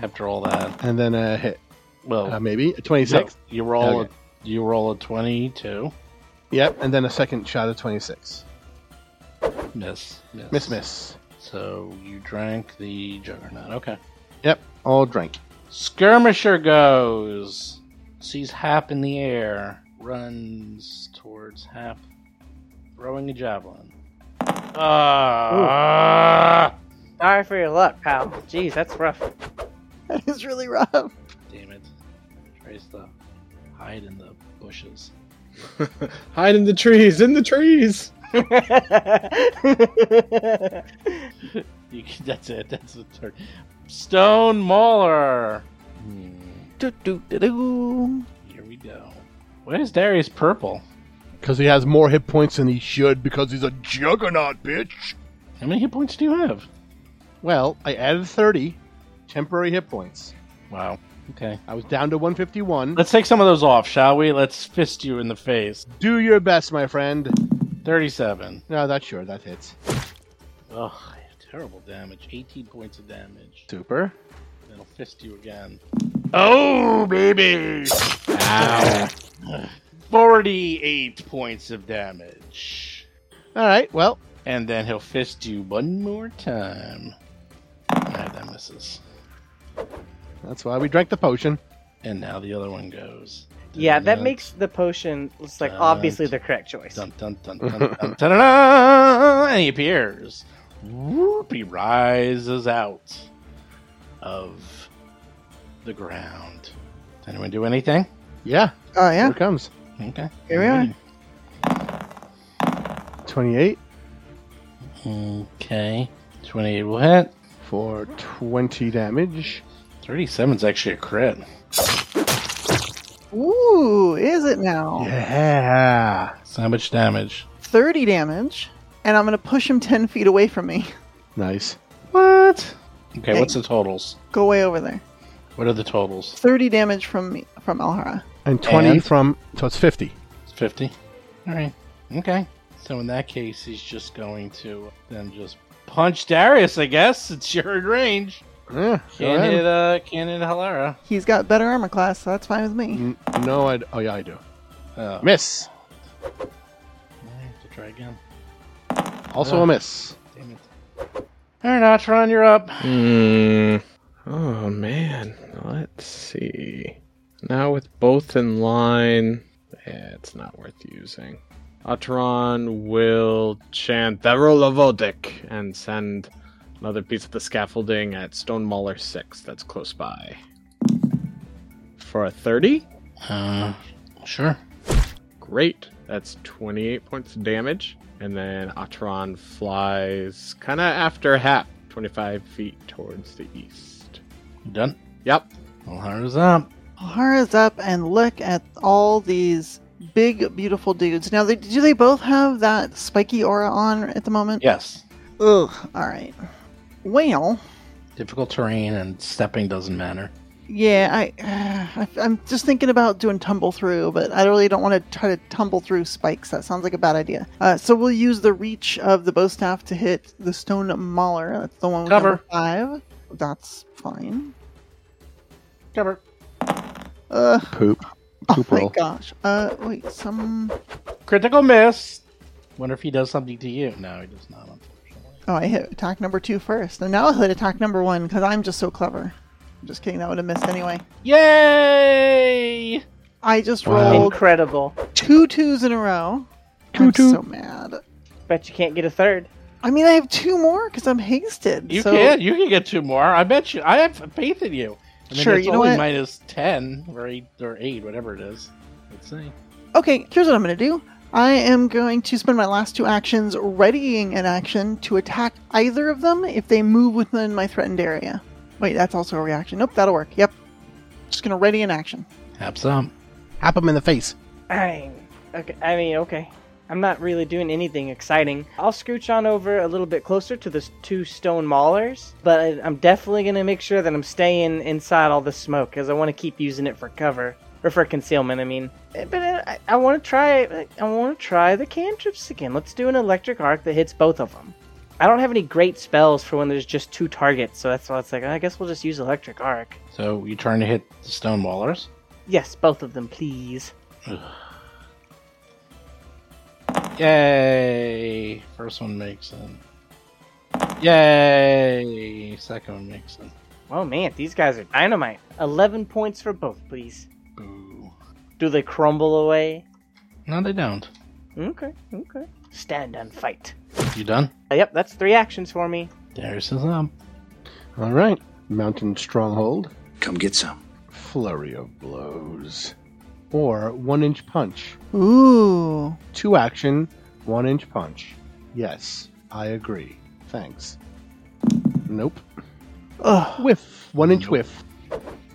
S2: After all that,
S6: and then a hit.
S2: well,
S6: Uh, maybe a twenty-six.
S2: no, you roll
S6: Okay.
S2: a you roll a twenty-two.
S6: Yep, and then a second shot of twenty-six.
S2: Miss, miss,
S6: Miss, miss.
S2: So you drank the juggernaut. Okay.
S6: Yep, all drink.
S2: Skirmisher goes, sees Hap in the air, runs towards Hap, throwing a javelin. Ah!
S4: Sorry for your luck, pal. Jeez, that's rough.
S5: That is really rough.
S2: Damn it. Tries to hide in the bushes.
S3: Hide in the trees, in the trees.
S2: You can- that's it. That's the turn. Stone Mauler!
S5: Do, do, do, do.
S2: Here we go. Where's Darius Purple?
S6: Because he has more hit points than he should because he's a juggernaut, bitch.
S2: How many hit points do you have?
S6: Well, I added 30 temporary hit points.
S2: Wow. Okay.
S6: I was down to 151.
S2: Let's take some of those off, shall we? Let's fist you in the face.
S6: Do your best, my friend.
S2: 37.
S6: No, that's sure. That hits.
S2: Ugh, terrible damage. 18 points of damage.
S6: Super.
S2: It'll fist you again. Oh, baby! Ow. 48 points of damage.
S6: All right. Well,
S2: And then he'll fist you one more time. Alright, that misses.
S6: that's why we drank the potion.
S2: And now the other one goes.
S4: Yeah, that
S2: Dun,
S4: makes the potion it's like
S2: Uh,
S4: obviously the correct choice.
S2: Dun, dun, dun, dun, dun, dun, dun, dun, and he appears. Whoop, he rises out of the ground. Does anyone do anything?
S6: Yeah.
S5: Oh,
S6: Here
S5: yeah.
S6: it comes.
S2: Okay.
S5: Here we are.
S6: 28
S2: Okay. 28 will hit.
S6: for 20 damage.
S2: 37 is actually a crit.
S5: Ooh, is it now?
S6: Yeah.
S2: So how much damage?
S5: 30 damage, and I'm going to push him 10 feet away from me.
S6: Nice.
S2: What? Okay, what's the totals?
S5: Go way over there.
S2: What are the totals?
S5: 30 damage from me, from Alhara.
S6: And 20
S2: And?
S6: from. So it's 50.
S2: It's 50. All right. Okay. So in that case, he's just going to then just punch Darius, I guess. It's your range.
S6: Yeah. go
S2: Can't
S6: ahead.
S2: hit, uh, can't hit Halara.
S5: He's got better armor class, so that's fine with me.
S6: N- No, I. d- Oh, yeah, I do. Uh,
S2: Oh,
S6: Miss.
S2: I have to try again.
S6: Also
S2: Ugh.
S6: a miss.
S2: Damn it. All right, Atron, you're up.
S3: Hmm. Oh man, let's see. Now with both in line, eh, it's not worth using. Atron will chant the rule of Odic and send another piece of the scaffolding at Stone Mauler Six, that's close by. For a thirty,
S2: Uh, sure.
S3: great. That's twenty-eight points of damage, and then Atron flies kind of after Hap, twenty-five feet towards the east.
S2: You done?
S3: Yep.
S2: Alhara's up.
S5: Alhara's up and look at all these big, beautiful dudes. Now, they, do they both have that spiky aura on at the moment?
S2: Yes.
S5: Ugh. All right. Well,
S2: Difficult terrain and stepping doesn't matter.
S5: yeah, I, I I'm just thinking about doing tumble through, but I really don't want to try to tumble through spikes. That sounds like a bad idea. Uh, so we'll use the reach of the bow staff to hit the stone mauler. That's the one with
S2: Cover.
S5: number five. That's fine.
S2: Cover.
S5: Uh,
S8: Poop.
S5: oh
S8: Poop
S5: my
S8: roll.
S5: gosh. Uh, wait, some.
S2: Critical miss. Wonder if he does something to you. No, he does not. Unfortunately.
S5: Oh, I hit attack number two first, and now I hit attack number one because I'm just so clever. I'm just kidding. That would have missed anyway.
S2: Yay!
S5: I just
S8: Wow.
S5: rolled
S4: Incredible.
S5: two twos in a row.
S9: Two
S5: I'm
S9: two.
S5: so mad.
S4: Bet you can't get a third.
S5: I mean, I have two more because I'm hasted.
S2: You
S5: so
S2: can. You can get two more. I bet you. I have faith in you. I mean,
S5: Sure,
S2: It's
S5: you know
S2: only
S5: what?
S2: minus ten or eight or eight, whatever it is. Let's see.
S5: Okay, here's what I'm going to do. I am going to spend my last two actions readying an action to attack either of them if they move within my threatened area. Wait, that's also a reaction. Nope, that'll work. Yep. Just going to ready an action.
S2: Have some.
S8: Hap him in the face.
S4: I okay. I mean, okay. I'm not really doing anything exciting. I'll scooch on over a little bit closer to the s- two stone maulers, but I- I'm definitely gonna make sure that I'm staying inside all the smoke, cause I want to keep using it for cover or for concealment. I mean, Eh, but I, I want to try. I want to try the cantrips again. Let's do an electric arc that hits both of them. I don't have any great spells for when there's just two targets, so that's why it's like I guess we'll just use electric arc.
S2: So you're trying to hit the stone wallers.
S4: Yes, both of them, please.
S2: Yay! First one makes it. Yay! Second one makes it.
S4: Oh man, these guys are dynamite. 11 points for both, please.
S2: Boo.
S4: Do they crumble away?
S2: No, they don't.
S4: Okay, okay. Stand and fight.
S2: You done?
S4: Uh, yep, that's three actions for me.
S2: There's his um.
S8: All right. Mountain stronghold.
S10: Come get some.
S8: Flurry of blows. Or one inch punch.
S5: Ooh.
S8: Two action, one inch punch. Yes, I agree. Thanks. Nope.
S5: Ugh,
S8: Whiff. One inch whiff.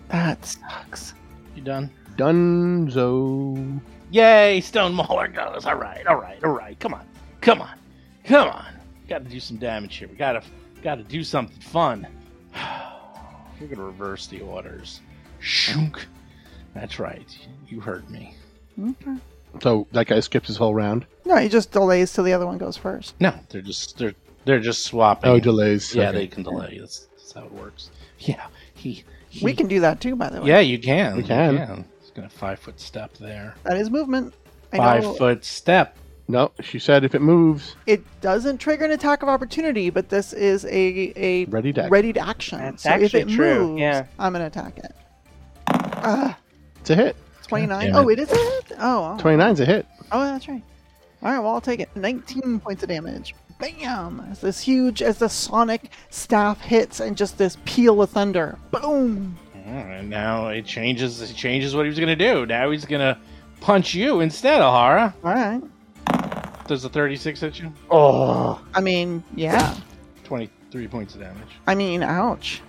S5: that sucks.
S2: You done?
S8: Dunzo.
S2: Yay! Stone Mauler goes. All right, all right, all right. Come on, come on, come on. Got to do some damage here. We gotta, gotta do something fun. We're gonna reverse the orders. Shunk. That's right. You heard me.
S5: Okay.
S8: So that guy skips his whole round.
S5: No, it just delays till the other one goes first.
S2: No, they're just they're they're just swapping.
S8: Oh, delays.
S2: Yeah,
S8: Okay.
S2: they can delay. That's, that's how it works. Yeah, he. he
S5: We can do that too, by the way.
S2: Yeah, you can.
S8: We
S2: you
S8: can.
S2: It's gonna five foot step there.
S5: That is movement. I know
S2: Five foot step.
S8: No, she said if it moves,
S5: it doesn't trigger an attack of opportunity, but this is a a
S8: ready deck.
S5: readied action.
S4: That's
S5: so if
S4: actually
S5: it
S4: true,
S5: moves,
S4: yeah.
S5: I'm gonna attack it. Ah,
S8: It's a hit.
S5: 29.
S2: damn
S5: Oh,
S2: it.
S5: it is a hit. Oh, oh,
S8: 29's a hit.
S5: oh, that's right. All right, well I'll take it. 19 points of damage. Bam! As this huge as the sonic staff hits, and just this peal of thunder. Boom!
S2: And now it changes. It changes what he was gonna do. Now he's gonna punch you instead, Ahara.
S5: All right.
S2: Does a thirty-six hit you?
S5: I mean, yeah.
S2: Twenty-three points of damage.
S5: I mean, ouch.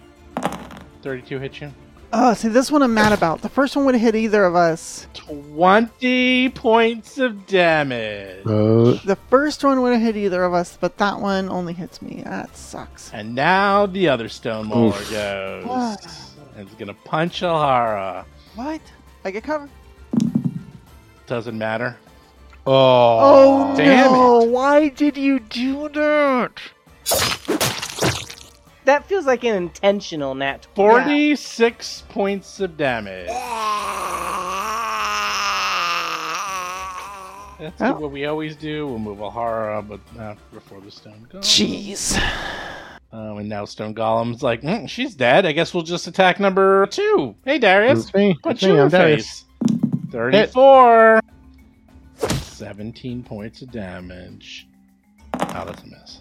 S2: Thirty-two hit you.
S5: Oh, see, this one I'm mad about. The first one would have hit either of us.
S2: Twenty points of damage.
S8: Uh,
S5: The first one would have hit either of us, but that one only hits me. That sucks.
S2: And now the other stone mauler
S8: Oof.
S2: goes.
S5: Ah.
S2: And it's gonna punch Ahara.
S5: What? I get covered.
S2: Doesn't matter.
S8: oh.
S2: damn
S5: no! Why did you do that?
S4: That feels like an intentional nat.
S2: Forty-six points of damage. That's
S5: Oh.
S2: what we always do. We'll move Ahara, but not before the stone golem.
S5: Jeez.
S2: Um, and now Stone Golem's like, mm, she's dead. I guess we'll just attack number two. Hey, Darius.
S6: Mm.
S8: It's me.
S2: Punch
S8: It's
S2: you
S8: me.
S2: in
S8: I'm
S2: the
S8: Darius.
S2: face. 34. 17 points of damage. Oh, that's a miss.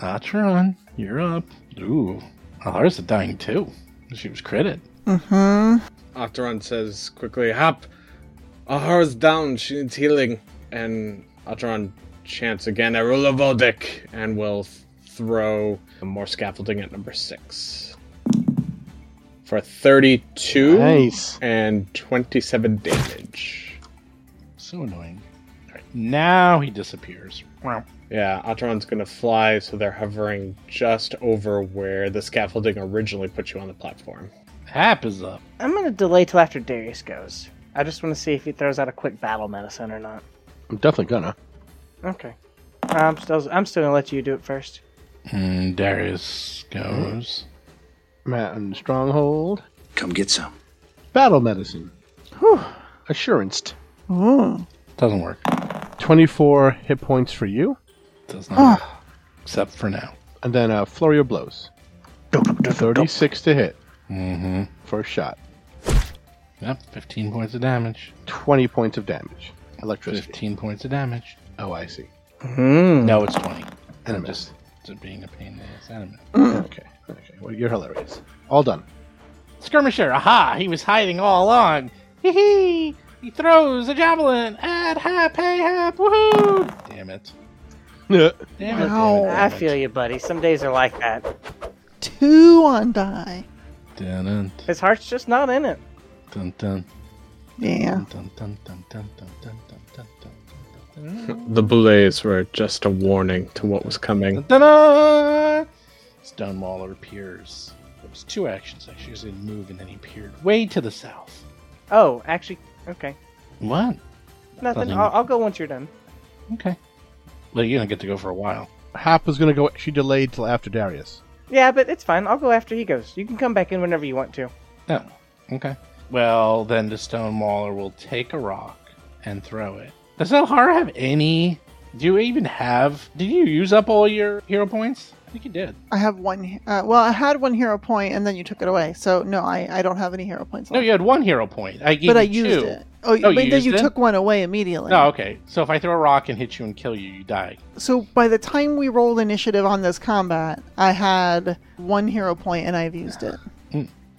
S2: Atron, you're up. Ooh. Ahara's a dying too. She was critted.
S5: Mm-hmm.
S3: Octoron says quickly, Hap, Ahara's down, she needs healing. And Octoron chants again, Arula Voldic, and will th- throw more scaffolding at number six. for 32
S6: Nice.
S3: and 27 damage.
S2: So annoying. All right, now he disappears. Wow.
S3: Yeah, Atron's gonna fly, so they're hovering just over where the scaffolding originally put you on the platform.
S2: Hap is up.
S4: I'm gonna delay till after Darius goes. I just want to see if he throws out a quick battle medicine or not.
S6: I'm definitely gonna.
S4: Okay. I'm still I'm still gonna let you do it first.
S2: And Darius goes.
S6: Mountain stronghold.
S10: Come get some.
S6: Battle medicine. Whew. Assurance.
S5: Ooh.
S2: Doesn't work.
S6: Twenty-four hit points for you,
S2: Does not. work. Except for now.
S6: and then a flurry of blows. Thirty-six to hit.
S2: Mm-hmm.
S6: First shot.
S2: Yep. Fifteen points of damage.
S6: Twenty points of damage. Electricity.
S2: Fifteen points of damage.
S6: Oh, I see.
S4: Mm.
S2: No, it's twenty.
S6: And a
S2: I'm
S6: miss.
S2: just just being a pain in the ass. Anime.
S6: okay. Okay. Well, you're hilarious. All done.
S2: Skirmisher, aha! He was hiding all along. Hee hee! He throws a javelin at Hap, hey Hap, woohoo! Damn it. Damn it,
S5: Wow.
S2: damn
S4: I
S2: it,
S4: feel you, buddy. Some days are like that.
S5: Two on die.
S2: damn it.
S4: His heart's just not in it.
S2: Dun, dun,
S5: Yeah.
S2: dun, dun, dun, dun, dun, dun, dun, dun, dun, dun, dun, dun.
S3: The boulets were just a warning to what was coming.
S2: Ta-da! Stonewaller appears. It was two actions, actually. He was going to move, and then he appeared way to the south.
S4: Oh, actually, okay.
S2: What?
S4: Nothing.
S2: Nothing.
S4: I'll, I'll go once you're done.
S2: Okay. Well, you don't get to go for a while.
S6: Hap was gonna go. She delayed till after Darius.
S4: Yeah, but it's fine. I'll go after he goes. You can come back in whenever you want to.
S2: No. Oh, Okay. Well, then the stone mauler will take a rock and throw it. Does Elhara have any? Do you even have? Did you use up all your hero points? I think you did.
S5: I have one. Uh, well, I had one hero point, and then you took it away. So no, I, I don't have any hero points.
S2: No,
S5: left.
S2: you had one hero point. I gave
S5: but
S2: you
S5: I used
S2: two.
S5: it. Oh,
S2: No,
S5: but
S2: you
S5: then
S2: used
S5: you
S2: it?
S5: took one away immediately.
S2: Oh, okay. So if I throw a rock and hit you and kill you, you die.
S5: So by the time we rolled initiative on this combat, I had one hero point, and I've used it.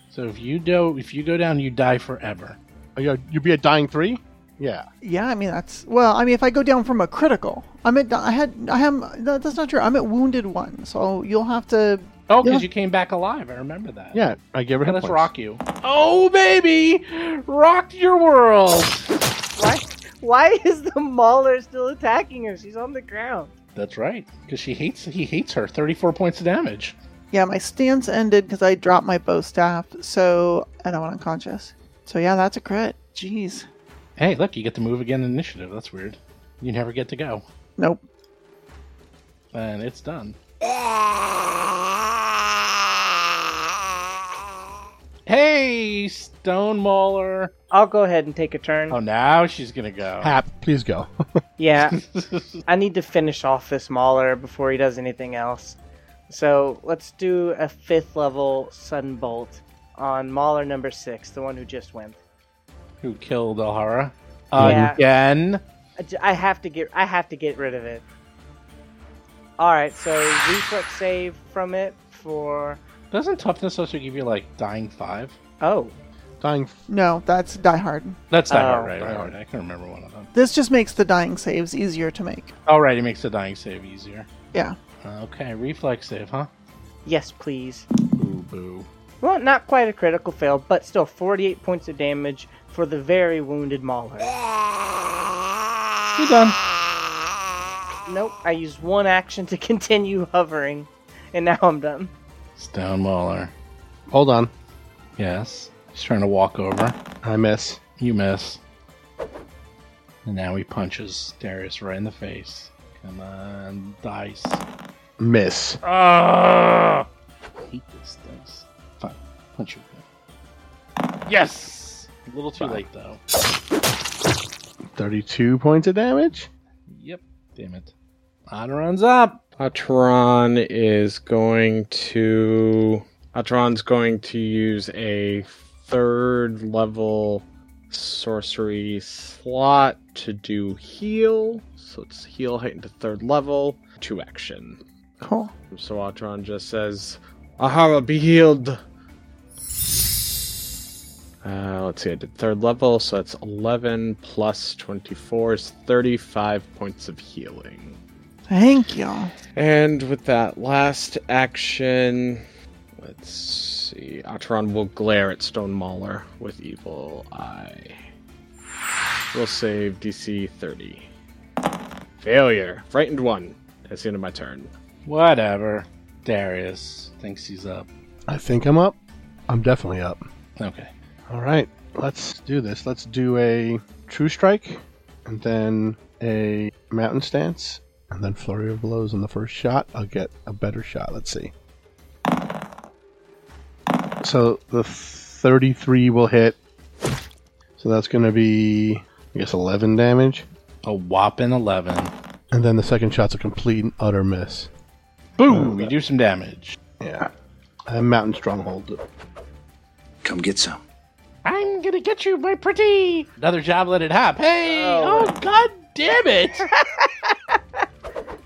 S2: So if you do, if you go down, you die forever.
S6: Oh, yeah, you'd be a dying three. Yeah.
S5: Yeah, I mean that's well. I mean, if I go down from a critical, I'm at. I had. I am. No, that's not true. I'm at wounded one. So you'll have to.
S2: Oh, because
S5: Yeah.
S2: you came back alive. I remember that.
S6: Yeah. I gave her
S2: Okay,
S6: hit
S2: let's
S6: points.
S2: rock you. Oh baby, rocked your world.
S4: Why? Why is the mauler still attacking her? She's on the ground.
S2: That's right. Because she hates. He hates her. Thirty-four points of damage.
S5: Yeah, my stance ended because I dropped my bow staff. So and I went unconscious. So yeah, that's a crit. Jeez.
S2: Hey, look, you get to move again in initiative. That's weird. You never get to go.
S5: Nope.
S2: And it's done. Hey, Stone Mauler.
S4: I'll go ahead and take a turn.
S2: Oh, now she's going to go.
S6: Hap, please go.
S4: Yeah, I need to finish off this mauler before he does anything else. So let's do a fifth level sudden bolt on mauler number six, the one who just went.
S2: Who killed Alhara?
S4: Yeah.
S2: Again.
S4: I j- I have to get. I have to get rid of it. All right, so reflex save from it for.
S2: Doesn't toughness also give you, like, dying five?
S4: Oh,
S6: dying.
S5: No, that's die hard.
S2: That's Die Hard,
S4: Oh.
S2: right?
S6: Die
S2: right,
S6: Hard.
S2: right. I can remember one of them.
S5: This just makes the dying saves easier to make.
S2: All right, it makes the dying save easier. Uh,
S5: Yeah.
S2: Okay, reflex save, huh?
S4: yes, please.
S2: Boo, boo.
S4: Well, not quite a critical fail, but still 48 points of damage for the very wounded mauler.
S2: You're done.
S4: Nope, I used one action to continue hovering, and now I'm done.
S2: Stone Mauler.
S6: Hold on.
S2: Yes. He's trying to walk over.
S6: I miss.
S2: You miss. And now he punches Darius right in the face. Come on, dice.
S6: Miss.
S2: Ah! I hate this dice. Fine, punch him. Yes! A little too late, though.
S6: Thirty-two points of damage.
S2: Yep. Damn it. Otteron's up!
S3: Atron is going to. Atron's going to use a third level sorcery slot to do heal. So it's heal heightened to third level. Two action.
S5: Cool.
S3: So Atron just says, Ahara, be healed! Uh, let's see, I did third level, so that's 11 plus 24 is 35 points of healing.
S5: Thank you.
S3: And with that last action, Let's see. Atron will glare at Stone Mauler with evil eye. We'll save DC 30. Failure. Frightened one. That's the end of my turn.
S2: Whatever. Darius thinks he's up.
S6: I think I'm up. I'm definitely up.
S2: Okay.
S6: All right, let's do this. Let's do a true strike, and then a mountain stance, and then flurry of blows on the first shot. I'll get a better shot. Let's see. So the 33 will hit. So that's going to be, I guess, 11 damage.
S2: A whopping 11.
S6: And then the second shot's a complete and utter miss.
S2: Boom! You do some damage.
S6: Yeah. And mountain stronghold.
S10: Come get some.
S2: I'm gonna get you, my pretty! Another job let it hop. Hey! Oh, god damn it!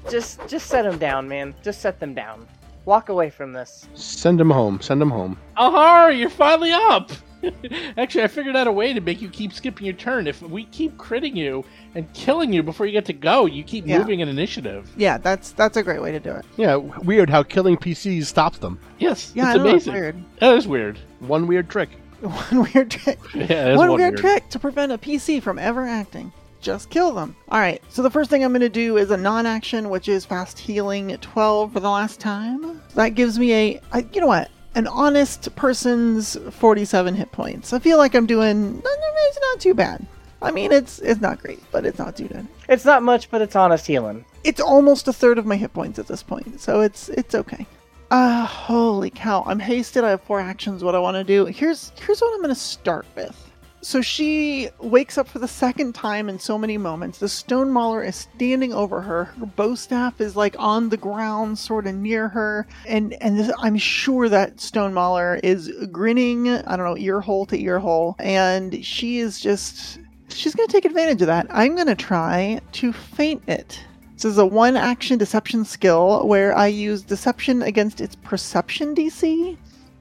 S4: Just just set them down, man. Just set them down. Walk away from this.
S6: Send him home. Send him home.
S2: Ahar, you're finally up! Actually, I figured out a way to make you keep skipping your turn. If we keep critting you and killing you before you get to go, you keep
S5: Yeah.
S2: moving an initiative.
S5: Yeah, that's that's a great way to do it.
S6: Yeah, weird how killing PCs stops them.
S2: Yes,
S5: Yeah, I
S2: it's
S5: know, it's
S2: amazing.
S5: weird.
S2: That is weird.
S6: One weird trick.
S5: One weird trick.
S2: Yeah, that is
S5: one,
S2: one
S5: weird,
S2: weird.
S5: trick to prevent a PC from ever acting. Just kill them. All right. So the first thing I'm going to do is a non-action, which is fast healing 12 for the last time. That gives me a, I, you know what, an honest person's 47 hit points. I feel like I'm doing. no, no, It's not too bad. I mean, it's it's not great, but it's not too bad.
S4: It's not much, but it's honest healing.
S5: It's almost a third of my hit points at this point, so it's it's okay. Uh, holy cow! I'm hasted. I have four actions. What I want to do here's here's what I'm gonna start with. So she wakes up for the second time in so many moments. The stone mauler is standing over her. Her bow staff is like on the ground, sort of near her, and and this, I'm sure that stone mauler is grinning. I don't know, ear hole to ear hole, and she is just she's gonna take advantage of that. I'm gonna try to faint it. This is a one action deception skill where I use deception against its perception DC.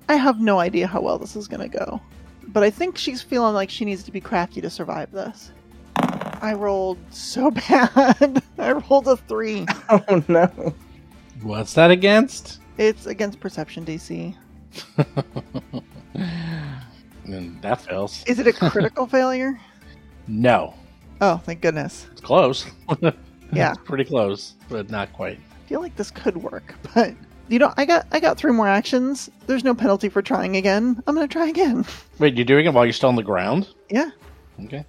S5: I have no idea how well this is going to go, but I think she's feeling like she needs to be crafty to survive this. I rolled so bad. I rolled a three.
S4: Oh no.
S2: What's that against?
S5: It's against perception DC.
S2: And that fails.
S5: Is it a critical failure?
S2: No.
S5: Oh, thank goodness.
S2: It's close.
S5: Yeah.
S2: Pretty close, but not quite.
S5: I feel like this could work, but you know, I got I got three more actions. There's no penalty for trying again. I'm going to try again.
S2: Wait, you're doing it while you're still on the ground?
S5: Yeah.
S2: Okay.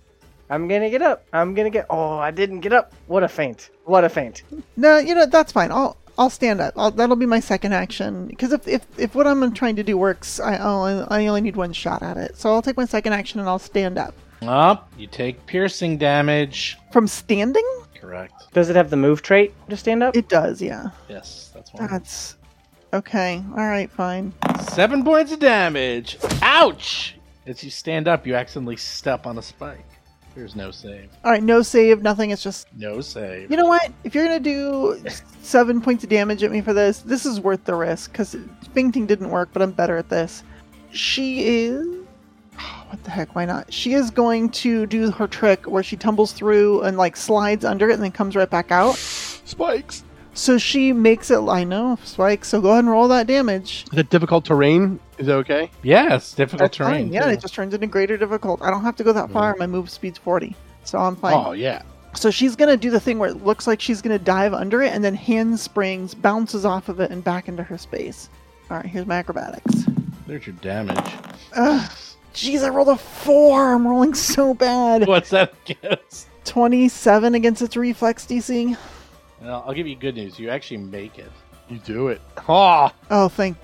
S4: I'm gonna get up. I'm gonna get. Oh, I didn't get up. What a faint. What a faint.
S5: No, you know that's fine. I'll I'll stand up. I'll, that'll be my second action because if, if if what I'm trying to do works, I only I only need one shot at it. So I'll take my second action and I'll stand up.
S2: Up. You take piercing damage.
S5: From standing,
S2: Correct.
S4: Does it have the move trait to stand up?
S5: it does. Yeah,
S2: Yes, that's one.
S5: that's okay. All right, fine.
S2: Seven points of damage. Ouch! As you stand up, you accidentally step on a spike. There's no save.
S5: All right, no save, nothing. It's just
S2: No save.
S5: you know what? If you're gonna do seven points of damage at me for this, this is worth the risk because fainting didn't work, but I'm better at this. She is. What the heck? Why not? She is going to do her trick where she tumbles through and like slides under it and then comes right back out.
S6: Spikes.
S5: So she makes it. I know spike. So go ahead and roll that damage.
S6: Is it difficult terrain? Is that okay?
S2: Yes, difficult
S5: That's
S2: terrain.
S5: fine. Yeah,
S2: too.
S5: it just turns into greater difficult. I don't have to go that far. My move speed's forty, so I'm fine.
S6: Oh yeah.
S5: So she's gonna do the thing where it looks like she's gonna dive under it and then hand springs, bounces off of it, and back into her space. Alright, here's my acrobatics.
S2: There's your damage.
S5: Jeez, I rolled a four! I'm rolling so bad.
S2: What's that against?
S5: 27 against its reflex DC.
S2: Well, I'll give you good news. You actually make it.
S6: You do it. Oh,
S5: Oh, thank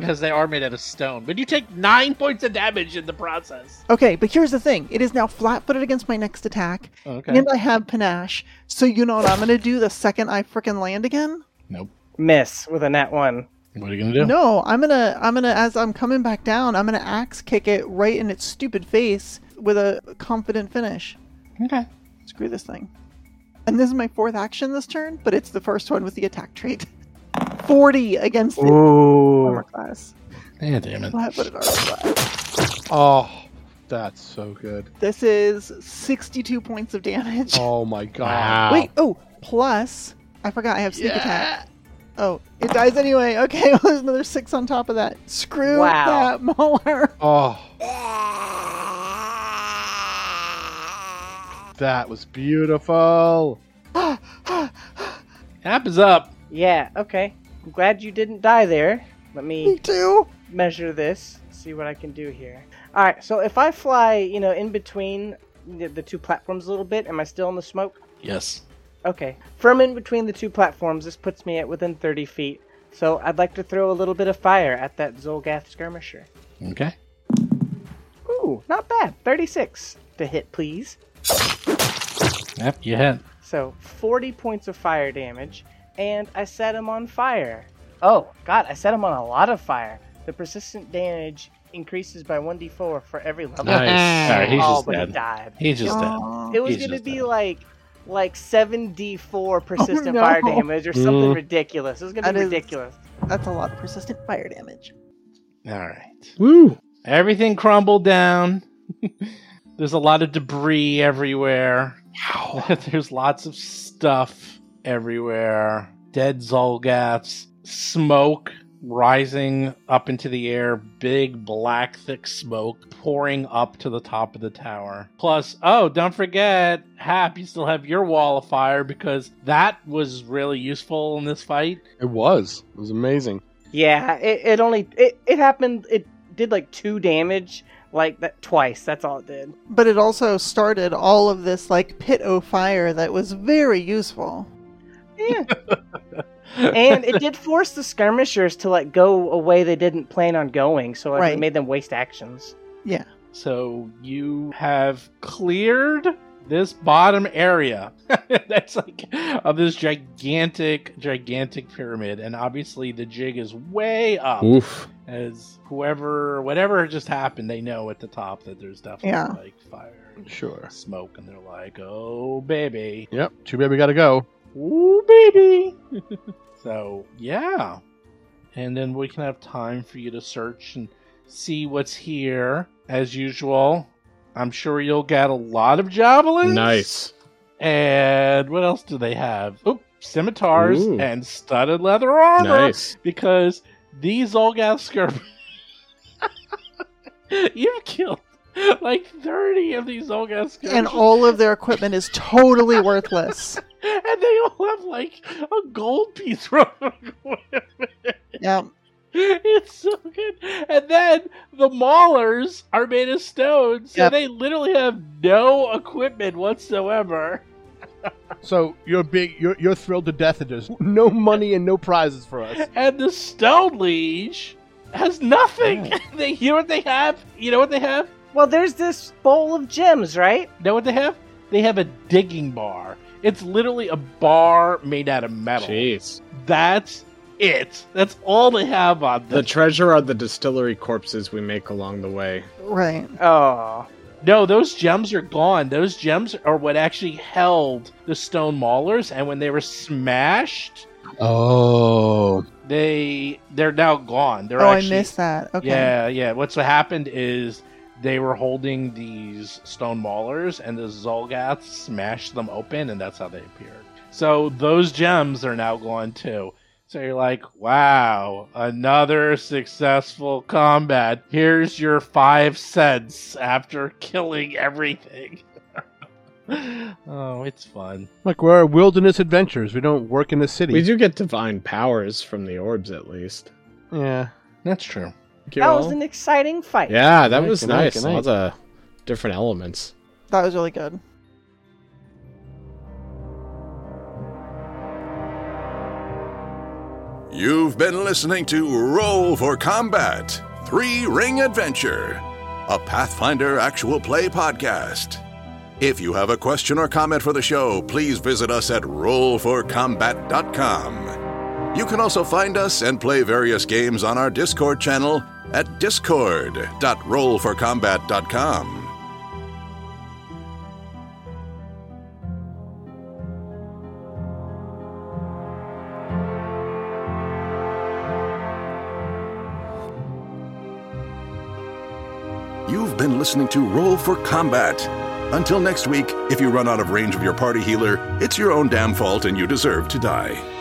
S2: Because they are made out of stone. But you take nine points of damage in the process.
S5: Okay, but here's the thing it is now flat footed against my next attack,
S2: Okay.
S5: and I have panache. So you know what I'm gonna do the second I frickin' land again?
S2: Nope.
S4: Miss with a nat one.
S2: What are you going to do?
S5: No, I'm gonna, I'm gonna, as I'm coming back down, I'm gonna axe kick it right in its stupid face with a confident finish.
S2: Okay.
S5: Screw this thing. And this is my fourth action this turn, but it's the first one with the attack trait. 40 against the armor
S9: Oh,
S5: class.
S2: Yeah, damn it.
S5: Flat footed armor class.
S6: oh, that's so good.
S5: This is 62 points of damage.
S6: Oh my
S2: Wow.
S6: god.
S5: Wait, oh, plus, I forgot I have sneak attack. Oh, it dies anyway. Okay, well, there's another six on top of that. Screw
S4: Wow.
S5: that molar.
S6: Oh. That was beautiful.
S11: App is up.
S4: Yeah, okay. I'm glad you didn't die there. Let
S5: Me
S4: me
S5: too.
S4: measure this, see what I can do here. All right, so if I fly, you know, in between the, the two platforms a little bit, am I still in the smoke?
S2: Yes.
S4: Okay. From in between the two platforms, this puts me at within 30 feet. So I'd like to throw a little bit of fire at that Zolgath skirmisher.
S2: Okay.
S4: Ooh, not bad. 36 to hit, please.
S2: Yep, you hit.
S4: So 40 points of fire damage, and I set him on fire. Oh, God, I set him on a lot of fire. The persistent damage increases by 1d4 for every level.
S2: Nice. All right, he's
S4: oh,
S2: just
S4: but he
S2: dead.
S4: died.
S2: He's just
S5: Aw.
S2: dead.
S4: It was
S2: He's
S4: going to
S2: just
S4: be
S2: dead. Oh,
S4: like like 7d4 persistent
S5: no.
S4: fire damage or something
S11: Mm.
S4: ridiculous. It was going to
S5: That
S4: be
S5: is-
S4: ridiculous.
S5: That's a lot of persistent fire damage.
S2: All right.
S11: Woo.
S2: Everything crumbled down. There's a lot of debris everywhere. There's lots of stuff everywhere. Dead Zolgaths, smoke rising up into the air, big black thick smoke pouring up to the top of the tower. Plus, oh, don't forget, Hap, you still have your wall of fire because that was really useful in this fight.
S6: It was. It was amazing.
S4: Yeah, it, it only it, it happened it did like 2 damage like that twice. That's all it did.
S5: But it also started all of this like pit o fire that was very useful.
S4: Yeah. and it did force the skirmishers to like go a way they didn't plan on going, so like,
S5: Right.
S4: it made them waste actions.
S2: So you have cleared this bottom area that's like of this gigantic, gigantic pyramid, and obviously the jig is way up.
S3: Oof.
S2: As whoever, whatever just happened, they know at the top that there's definitely
S5: Yeah.
S2: like fire, and
S6: Sure.
S2: smoke, and they're like, "Oh baby,
S6: Yep. Too bad we gotta go.
S2: ooh baby." so yeah, and then we can have time for you to search and see what's here as usual. I'm sure you'll get a lot of javelins.
S3: Nice.
S2: And what else do they have? Oop, scimitars
S3: Ooh.
S2: and studded leather armor.
S3: Nice.
S2: Because these Olgath skirmishers. You've killed like 30 of these Olgath skirmishers.
S5: And all of their equipment is totally worthless.
S2: And they all have like a gold piece thrown
S5: Yeah.
S2: It's so good. And then the maulers are made of stone, so
S5: Yep.
S2: they literally have no equipment whatsoever.
S6: So you're big. You're you're thrilled to death that there's no money and no prizes for us.
S2: And the stone liege has nothing. they you know what they have? You know what they have?
S4: Well, there's this bowl of gems, right?
S2: Know what they have? They have a digging bar. It's literally a bar made out of metal.
S3: Jeez.
S2: That's it. That's all they have on
S3: The
S2: them.
S3: treasure are the distillery corpses we make along the way.
S5: Right.
S4: Oh,
S2: No, those gems are gone. Those gems are what actually held the stone maulers, and when they were smashed,
S6: Oh.
S2: they they're now gone. They're
S5: Oh,
S2: actually,
S5: I missed that. Okay.
S2: Yeah, yeah. What's happened is they were holding these stone maulers, and the Zolgath smashed them open, and that's how they appeared. So those gems are now gone too. So you're like, wow, another successful combat. Here's your five cents after killing everything. oh, it's fun.
S6: Look, we're wilderness adventures. We don't work in the city.
S3: We do get divine powers from the orbs, at least.
S6: Yeah.
S2: That's true.
S3: Thank you
S4: that was
S3: all.
S4: an exciting fight.
S3: Yeah, that
S6: Nice,
S3: was
S6: good night,
S3: nice.
S6: good night.
S3: Lots of different elements.
S5: That was really good.
S1: You've been listening to Roll for Combat Three Ring Adventure, a Pathfinder actual play podcast. If you have a question or comment for the show, please visit us at rollforcombat.com. You can also find us and play various games on our Discord channel at discord.rollforcombat.com. You've been listening to Roll for Combat. Until next week, if you run out of range of your party healer, it's your own damn fault and you deserve to die.